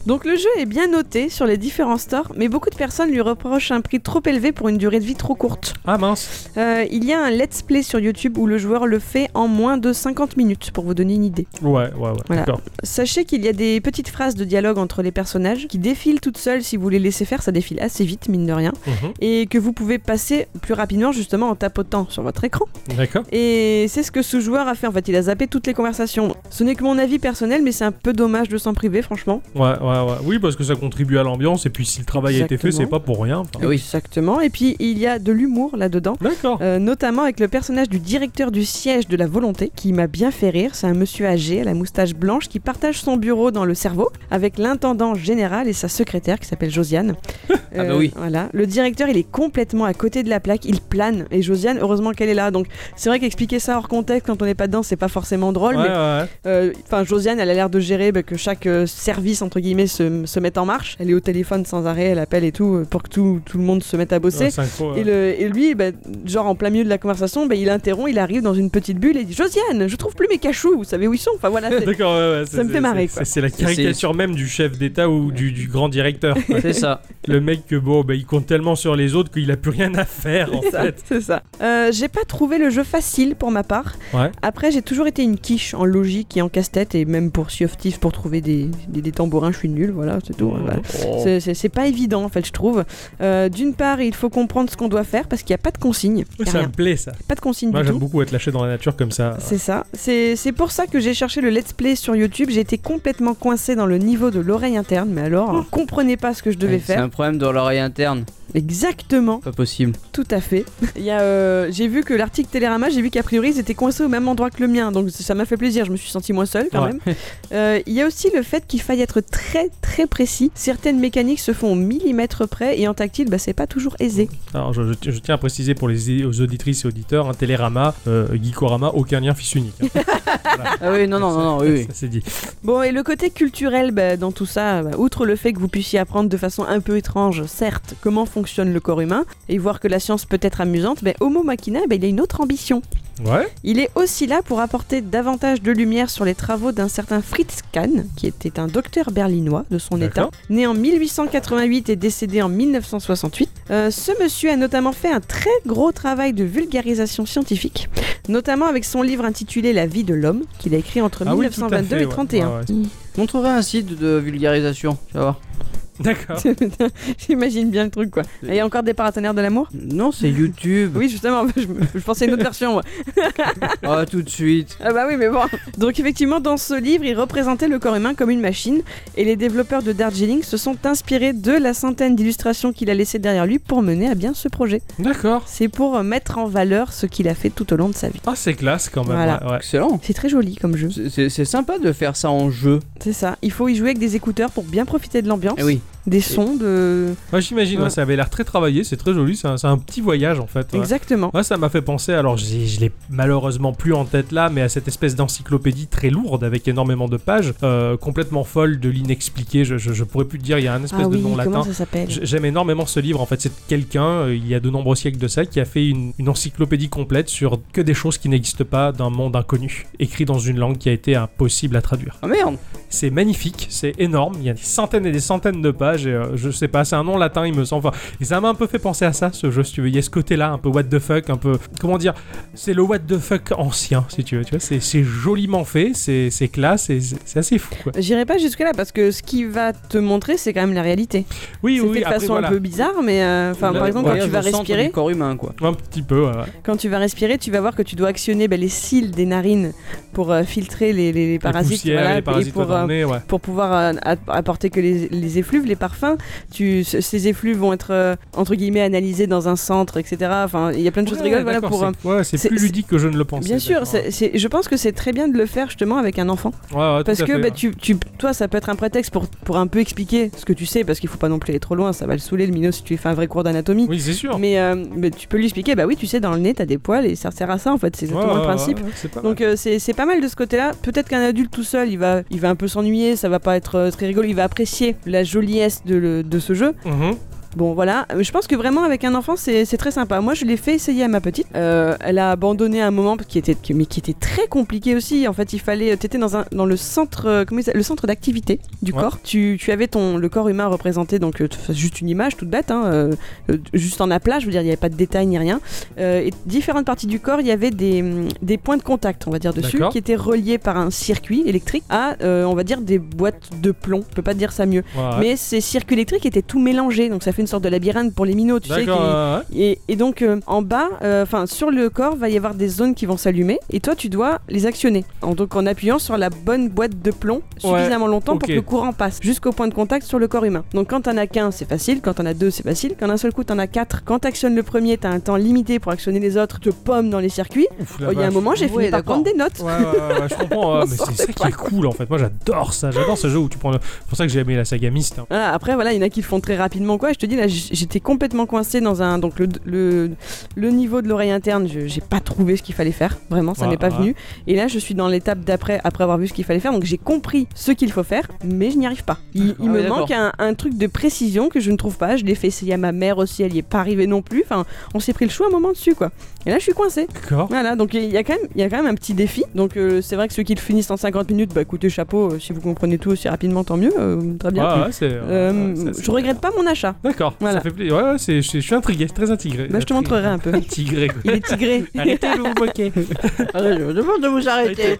Donc le jeu est bien noté sur les différents stores, mais beaucoup de personnes lui reprochent un prix trop élevé pour une durée de vie trop courte.
Ah mince.
Euh, il y a un let's play sur YouTube où le joueur le fait en moins de 50 minutes, pour vous donner une idée.
Ouais, ouais, ouais.
Voilà.
D'accord.
Sachez qu'il y a des petites phrases de dialogue entre les personnages qui défilent toutes seules si vous les laissez faire, ça défile assez vite, mine de rien,
Mhm.
et que vous pouvez passer plus rapidement justement en tapotant sur votre écran.
D'accord.
Et c'est ce que ce joueur a fait en fait, il a zappé toutes les conversations. Ce n'est que mon avis personnel, mais c'est un peu dommage de s'en priver, franchement.
Ouais, ouais, ouais. Oui, parce que ça contribue à l'ambiance. Et puis, si le travail a été fait,
Exactement.
c'est pas pour rien. enfin.
Ah oui.
Exactement, et puis il y a de l'humour là-dedans.
D'accord.
[laughs] Euh, notamment avec le personnage du directeur du siège de la volonté qui m'a bien fait rire. C'est un monsieur âgé à la moustache blanche qui partage son bureau dans le cerveau avec l'intendant général et sa secrétaire qui
[laughs]
s'appelle Josiane. Euh,
bah oui.
Voilà. Le directeur, il est complètement à côté de la plaque, il plane et Josiane, heureusement qu'elle est là. Donc c'est vrai qu'expliquer ça hors contexte quand on n'est pas dedans, c'est pas forcément drôle.
Ouais,
mais
ouais.
euh, Enfin, Josiane, elle a l'air de gérer bah, que chaque euh, service, entre guillemets, se, se mette en marche. Elle est au téléphone sans arrêt, elle appelle et tout euh, pour que tout, tout le monde se mette à bosser.
Ouais, synchro,
Et,
ouais.
le- et lui, bah, genre en plein milieu de la conversation, bah, il interrompt, il arrive dans une petite bulle et dit Josiane, je trouve plus mes cachous, vous savez où ils sont Enfin voilà,
[laughs]
c'est-
[laughs] D'accord, ouais, ouais,
me
c'est-
fait marrer,
c'est-
quoi.
C'est la caricature même du chef d'État ou du, du grand
[laughs]
directeur. quoi.
C'est [laughs] ça.
le mec que bon, bah, il compte tellement sur les autres qu'il a plus rien à faire en
c'est ça.
fait.
c'est ça. Euh, j'ai pas trouvé le jeu facile pour ma part.
Ouais.
Après, j'ai toujours été une quiche en logique et en casse-tête, et même pour Sea of Thieves, pour trouver des, des, des tambourins, je suis nulle, voilà, c'est tout. voilà.
Oh.
C'est- C'est c'est pas évident en fait, je trouve. Euh, D'une part, il faut comprendre ce qu'on doit faire parce qu'il n'y a pas de consigne. Il y a
Ça
rien.
me plaît ça.
Pas de consigne
Moi
du
j'aime
tout.
beaucoup être lâché dans la nature comme ça.
C'est ça. C'est c'est pour ça que j'ai cherché le let's play sur YouTube. J'ai été complètement coincé dans le niveau de l'oreille interne, mais alors, je comprenais pas ce que je devais
Ouais, C'est
faire.
un problème dans l'oreille interne.
Exactement,
Pas possible.
tout à fait. Il y a, euh, j'ai vu que l'article Télérama, j'ai vu qu'a priori ils étaient coincés au même endroit que le mien, donc ça m'a fait plaisir. Je me suis senti moins seule quand
Ouais.
même. Euh, Il y a aussi le fait qu'il faille être très très précis. Certaines mécaniques se font au millimètre près et en tactile, bah, c'est pas toujours aisé.
Alors, je, je- je tiens à préciser pour les aux auditrices et auditeurs, un Télérama, euh, Geekorama, aucun lien fils unique. hein.
Ah oui, non, non, non, non, [laughs] oui, oui.
Ça, c'est dit.
Bon, et le côté culturel bah, dans tout ça, bah, outre le fait que vous puissiez apprendre de façon un peu étrange, certes, comment fonctionne le corps humain, et voir que la science peut être amusante, bah, Homo Machina, bah, il a une autre ambition.
Ouais.
Il est aussi là pour apporter davantage de lumière sur les travaux d'un certain Fritz Kahn, qui était un docteur berlinois de son état,
D'accord.
né en 1888 et décédé en 1968. Euh, ce monsieur a notamment fait un très gros travail de vulgarisation scientifique, notamment avec son livre intitulé La vie de l'homme, qu'il a écrit entre
Ah oui, tout à
1922
fait,
et
ouais.
31.
Ouais, [laughs] ouais.
On trouvera un site de vulgarisation, tu vas voir.
D'accord.
[laughs] J'imagine bien le truc quoi. Et il y a encore des paratonnerres de
[laughs]
l'amour
Non, c'est YouTube.
Oui justement, [laughs] je, je pensais à une autre version moi.
Ah, tout de suite.
Ah bah oui mais bon. Donc effectivement dans ce livre il représentait le corps humain comme une machine et les développeurs de Darjeeling se sont inspirés de la centaine d'illustrations qu'il a laissées derrière lui pour mener à bien ce projet.
D'accord.
C'est pour euh, mettre en valeur ce qu'il a fait tout au long de sa vie.
Ah, c'est classe quand même.
Voilà.
ouais, ouais.
Excellent.
C'est très joli comme jeu.
C'est- C'est c'est sympa de faire ça en jeu.
C'est ça. Il faut y jouer avec des écouteurs pour bien profiter de l'ambiance,
Eh oui.
des sons, de...
Ouais, J'imagine, ouais,
Ouais.
ça avait l'air très travaillé, c'est très joli, c'est un, c'est un petit voyage en fait. ouais.
Exactement.
Ouais, ça m'a fait penser, alors j'ai- je l'ai malheureusement plus en tête là, mais à cette espèce d'encyclopédie très lourde avec énormément de pages, euh, complètement folle de l'inexpliqué, je, je, je pourrais plus te dire, il y a un espèce
Ah
de
oui,
nom latin.
comment ça s'appelle
J- J'aime énormément ce livre. En fait, c'est quelqu'un, euh, il y a de nombreux siècles de ça, qui a fait une, une encyclopédie complète sur que des choses qui n'existent pas d'un monde inconnu, écrit dans une langue qui a été impossible à traduire.
Ah merde.
C'est magnifique, c'est énorme. Il y a des centaines et des centaines de pages. Et, euh, je sais pas, c'est un nom latin, il me semble. Enfin, et ça m'a un peu fait penser à ça, ce jeu, si tu veux. Il y a ce côté-là, un peu what the fuck, un peu. Comment dire C'est le what the fuck ancien, si tu veux. Tu vois, c'est c'est joliment fait, c'est c'est classe, et c'est c'est assez fou, quoi.
J'irai pas jusque-là parce que ce qui va te montrer, c'est quand même la réalité.
Oui,
c'est
oui,
fait de
après,
façon
voilà.
un peu bizarre, mais euh, enfin,
Là,
par exemple, quand
Voyage
tu vas
au centre
respirer,
du corps humain, quoi.
Un petit peu, ouais.
quand tu vas respirer, tu vas voir que tu dois actionner bah, les cils des narines pour euh, filtrer les, les- les
les
parasites,
poussières,
voilà,
les parasites
et pour,
dans le
euh,
nez, ouais.
pour pouvoir euh, app- apporter que les, les effluves, les parfum. Tu, ce- ces effluves vont être euh, entre guillemets analysés dans un centre, etc. Enfin, il y a plein de choses
Ouais,
rigoles. Voilà
d'accord,
pour. euh,
c'est- ouais, c'est
c'est-
plus
c'est-
ludique que je ne le pensais.
Bien sûr,
d'accord.
c'est- c'est- je pense que c'est très bien de le faire justement avec un enfant.
Ouais, ouais, tout
Parce
à
que
fait,
bah,
ouais.
tu, tu- toi, ça peut être un prétexte pour, pour un peu expliquer ce que tu sais, parce qu'il faut pas non plus aller trop loin, ça va le saouler le minot si tu lui fais un vrai cours d'anatomie.
Oui, c'est sûr.
[laughs] Mais, euh, mais tu peux lui expliquer, bah oui, tu sais, dans le nez, t'as des poils et ça sert à ça en fait, c'est
Ouais,
exactement
ouais,
le
ouais,
principe.
ouais, c'est pas mal.
Donc euh, c'est c'est pas mal de ce côté-là. Peut-être qu'un adulte tout seul, il va, il va un peu s'ennuyer, ça va pas être euh, très rigolo, il va apprécier la joliesse de, le- de ce jeu.
Mhm.
Bon voilà, Euh, je pense que vraiment avec un enfant c'est c'est très sympa. Moi je l'ai fait essayer à ma petite. Euh, elle a abandonné à un moment qui était qui- mais qui était très compliqué aussi. En fait il fallait euh, t'étais dans un dans le centre euh, comment il s'appelle le centre d'activité du
Ouais.
corps. Tu, tu avais ton le corps humain représenté donc euh, t- juste une image toute bête hein, euh, euh, juste en aplat. Je veux dire il n'y avait pas de détails ni rien. Euh, et différentes parties du corps il y avait des hum, des points de contact on va dire dessus
D'accord.
qui étaient reliés par un circuit électrique à euh, on va dire des boîtes de plomb. Je peux pas dire ça mieux.
Ouais.
Mais ces circuits électriques étaient tout mélangés, donc ça fait une sorte de labyrinthe pour les minots, tu sais.
D'accord,
qui-
ouais, ouais.
Et, et donc euh, en bas, euh, enfin sur le corps, va y avoir des zones qui vont s'allumer, et toi tu dois les actionner. En, donc en appuyant sur la bonne boîte de plomb suffisamment longtemps
ok.
pour que le courant passe jusqu'au point de contact sur le corps humain. Donc quand t'en as qu'un, c'est facile. Quand t'en as deux, c'est facile. Quand d'un seul coup t'en as quatre, quand t'actionnes le premier, t'as un temps limité pour actionner les autres. Te pommes dans les circuits.
Ouf,
Oh,
la
Il y a un
vache.
moment, j'ai fini
Ouais,
par
d'accord.
prendre des notes.
Ouais, ouais, ouais, ouais, je comprends, ouais,
[laughs] On
mais
s'en
c'est ça qui est cool en fait. Moi j'adore ça, j'adore ce jeu où tu prends. le- C'est pour ça que j'ai aimé la saga Myst. hein.
Voilà, après, voilà, il y en a qui le font très rapidement, quoi. Je te dis, là, j- j'étais complètement coincé dans un. Donc, le, le, le niveau de l'oreille interne, je- j'ai pas trouvé ce qu'il fallait faire. Vraiment, ça
Ouais,
n'est pas
ouais.
venu. Et là, je suis dans l'étape d'après, après avoir vu ce qu'il fallait faire. Donc, j'ai compris ce qu'il faut faire, mais je n'y arrive pas. Il, il
Ah
me
oui,
manque un, un truc de précision que je ne trouve pas. Je l'ai fait essayer à ma mère aussi, elle y est pas arrivée non plus. Enfin, on s'est pris le chou un moment dessus, quoi. Et là, je suis coincé.
D'accord.
Voilà, donc il y, a quand même- il y a quand même un petit défi. Donc euh, c'est vrai que ceux qui le finissent en 50 minutes, bah écoutez, chapeau, euh, si vous comprenez tout aussi rapidement, tant mieux, euh, très bien.
Ouais, ouais, c'est.
Euh,
ouais, c'est- c'est-
je regrette pas mon achat.
D'accord,
Voilà.
ça fait plaisir. Ouais, ouais, c'est- je je suis intrigué, très intrigué.
Bah, je te montrerai un peu.
Intrigué, quoi.
Il
[laughs]
est tigré. [laughs] Ah,
Arrêtez de vous moquer.
je vous demande de vous arrêter.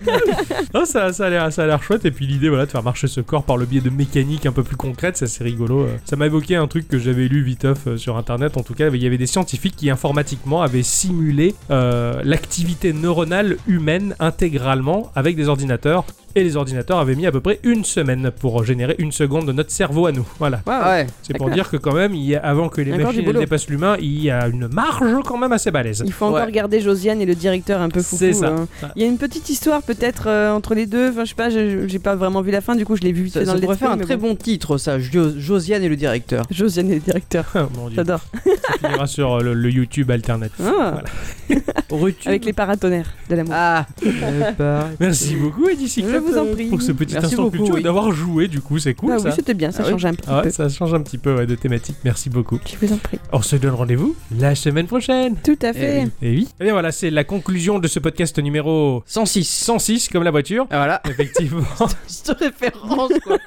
Non, ça, ça a l'air, ça a l'air chouette. Et puis l'idée, voilà, de faire marcher ce corps par le biais de mécaniques un peu plus concrètes, ça c'est rigolo. euh. Ça m'a évoqué un truc que j'avais lu viteuf euh, sur internet. En tout cas, il y avait des scientifiques qui informatiquement avaient simulé euh, l'activité neuronale humaine intégralement avec des ordinateurs. Et les ordinateurs avaient mis à peu près une semaine pour générer une seconde de notre cerveau à nous. Voilà.
Waouh.
Ah Ouais.
C'est pour
D'accord.
dire que quand même, il y a- avant que les
Encore du
machines elles
boulot.
dépassent l'humain, il y a une marge quand même assez
[laughs]
balèze.
Il faut encore
Ouais.
garder Josiane et le directeur un peu foufou.
C'est ça.
hein. Il y a une petite histoire peut-être euh, entre les deux. Enfin, je sais pas, je- j'ai pas vraiment vu la fin. Du coup, je l'ai vu vite fait
Ça,
dans
ça
le
pourrait
let's
faire un
play, mais
très
bon.
bon titre, ça. Jo- Josiane et le [laughs] directeur.
Josiane et le directeur.
Mon Dieu,
J'adore.
ça finira sur euh, le, le YouTube alternatif.
Ah,
Voilà.
Rutu.
Avec les paratonnerres de l'amour.
[laughs] Ah. Le par-
Merci beaucoup, Eddie Cyclope,
Euh, Je vous en
euh,
prie.
pour ce petit
Merci
instant
beaucoup,
culture et
oui.
d'avoir joué, du coup, c'est cool
Bah
ça.
oui, c'était bien, ça
Ah oui.
change un petit
Ah ouais,
peu.
ça change un petit peu ouais, de thématique. Merci beaucoup.
Je vous en prie.
On se donne rendez-vous la semaine prochaine.
Tout à fait.
Eh oui.
[laughs]
Et oui. Et bien voilà, c'est la conclusion de ce podcast numéro
106.
106, comme la voiture.
Ah, Voilà.
Effectivement.
Cette référence, [laughs] quoi.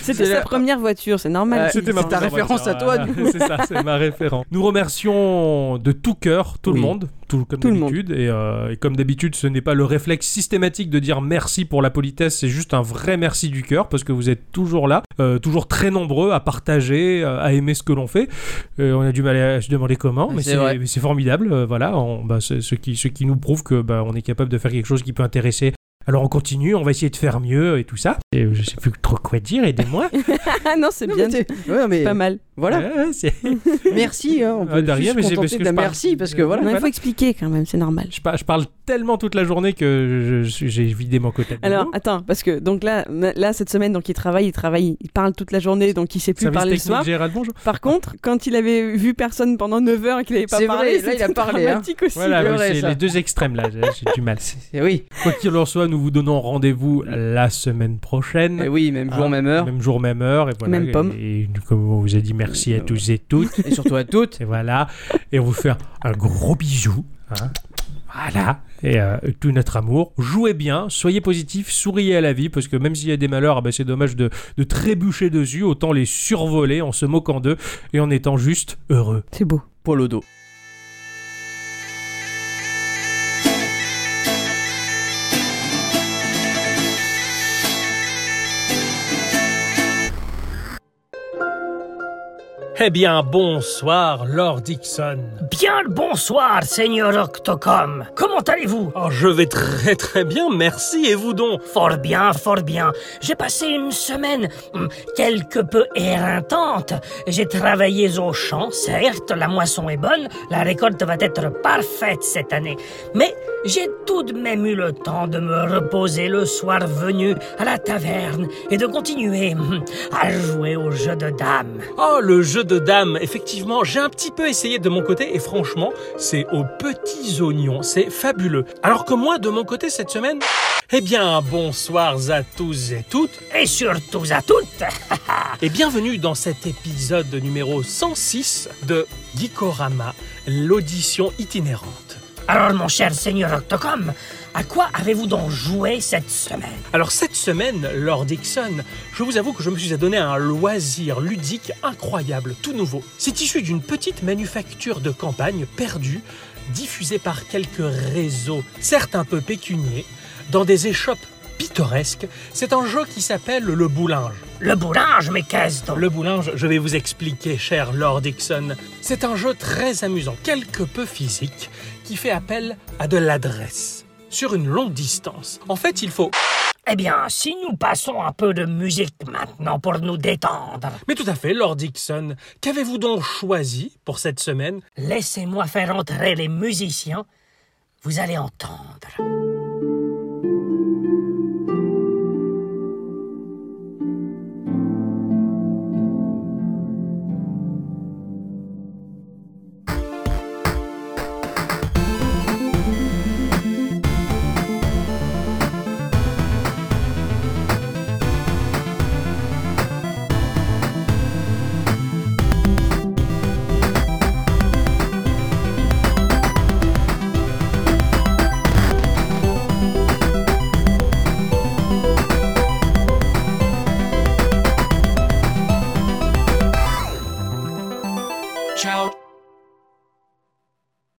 C'était
C'est
sa
la-
première voiture, c'est normal.
Ouais,
qu'il
C'était ma
dise
Euh, ta
ça.
première
référence
voiture.
à toi,
[laughs] Voilà.
du coup.
C'est ça, c'est ma référence. Nous remercions de tout cœur tout le
Oui.
monde, tout comme
Tout le monde.
d'habitude. Et, euh, et comme d'habitude, ce n'est pas le réflexe systématique de dire merci pour la politesse, c'est juste un vrai merci du cœur parce que vous êtes toujours là, euh, toujours très nombreux à partager, euh, à aimer ce que l'on fait. Euh, on a du mal à se demander comment, mais
C'est
c'est
vrai.
mais c'est formidable. euh, voilà, on- bah, c'est ce qui, ce qui nous prouve que bah, on est capable de faire quelque chose qui peut intéresser. Alors on continue, on va essayer de faire mieux et tout ça. Et euh, je sais plus trop quoi dire, aidez-moi.
[laughs] Ah non, c'est
Non,
bien.
mais t'es- ouais, mais
Pas mal.
voilà.
Ouais, c'est-
Merci. hein, on
Ah,
peut
de rien,
juste
mais
se
c'est parce
contenter
que
de
je parle-
merci parce que voilà.
Non, Il faut
voilà.
expliquer quand même, c'est normal.
Je, par- je parle tellement toute la journée que je- je- j'ai vidé mon quota.
Ah
de
Alors
mots.
attends, parce que donc là, ma- là cette semaine, donc il travaille, il travaille, il parle toute la journée, donc il sait plus
Service
parler le
technique,
soir.
Gérald, bonjour.
Par contre, quand il avait vu personne pendant 9 heures et qu'il avait pas
C'est
parlé,
vrai, là, il
c'était
a parlé, hein.
dramatique aussi.
Voilà,
c'est
ouais,
vrai,
c'est
ça.
les deux extrêmes là, j'ai j'ai du mal.
Eh oui.
Quoi qu'il en soit, nous vous donnons rendez-vous la semaine
Eh
prochaine.
oui, même
Ah.
jour, même heure.
Même jour, même heure, et voilà.
Même pomme. Euh,
Et, et comme on vous a dit, merci à tous et toutes,
Et surtout à toutes.
et voilà. Et on vous fait un, un gros bisou. hein. Voilà. Et euh, tout notre amour. Jouez bien, soyez positifs, souriez à la vie, parce que même s'il y a des malheurs, ah ben, c'est dommage de, de trébucher dessus, autant les survoler en se moquant d'eux et en étant juste heureux.
C'est beau.
Poil au dos.
Eh bien, bonsoir, Lord Dixon.
Bien le bonsoir, Seigneur Octocom. Comment allez-vous
Oh, je vais très très bien, merci, et vous donc
Fort bien, fort bien. J'ai passé une semaine hum, quelque peu éreintante. J'ai travaillé au champ, certes, la moisson est bonne, la récolte va être parfaite cette année. Mais j'ai tout de même eu le temps de me reposer le soir venu à la taverne et de continuer hum, à jouer au jeu de dames.
Oh, le jeu de dames, effectivement, j'ai un petit peu essayé de mon côté, et franchement, c'est aux petits oignons, c'est fabuleux. Alors que moi, de mon côté, cette semaine... Eh bien, bonsoir à tous et toutes,
Et surtout à toutes,
et bienvenue dans cet épisode numéro 106 de Geekorama, l'audition itinérante.
Alors, mon cher seigneur Octocom, à quoi avez-vous donc joué cette semaine
Alors cette semaine, Lord Dixon, je vous avoue que je me suis adonné à un loisir ludique incroyable, tout nouveau. C'est issu d'une petite manufacture de campagne perdue, diffusée par quelques réseaux, certes un peu pécuniers, dans des échoppes pittoresques. C'est un jeu qui s'appelle le boulinge.
Le boulange, mais qu'est-ce donc
Le boulinge, je vais vous expliquer, cher Lord Dixon. C'est un jeu très amusant, quelque peu physique, qui fait appel à de l'adresse, sur une longue distance. En fait, il faut
Eh bien, si nous passons un peu de musique maintenant pour nous détendre,
Mais tout à fait, Lord Dixon. Qu'avez-vous donc choisi pour cette semaine
laissez-moi faire entrer les musiciens. Vous allez entendre.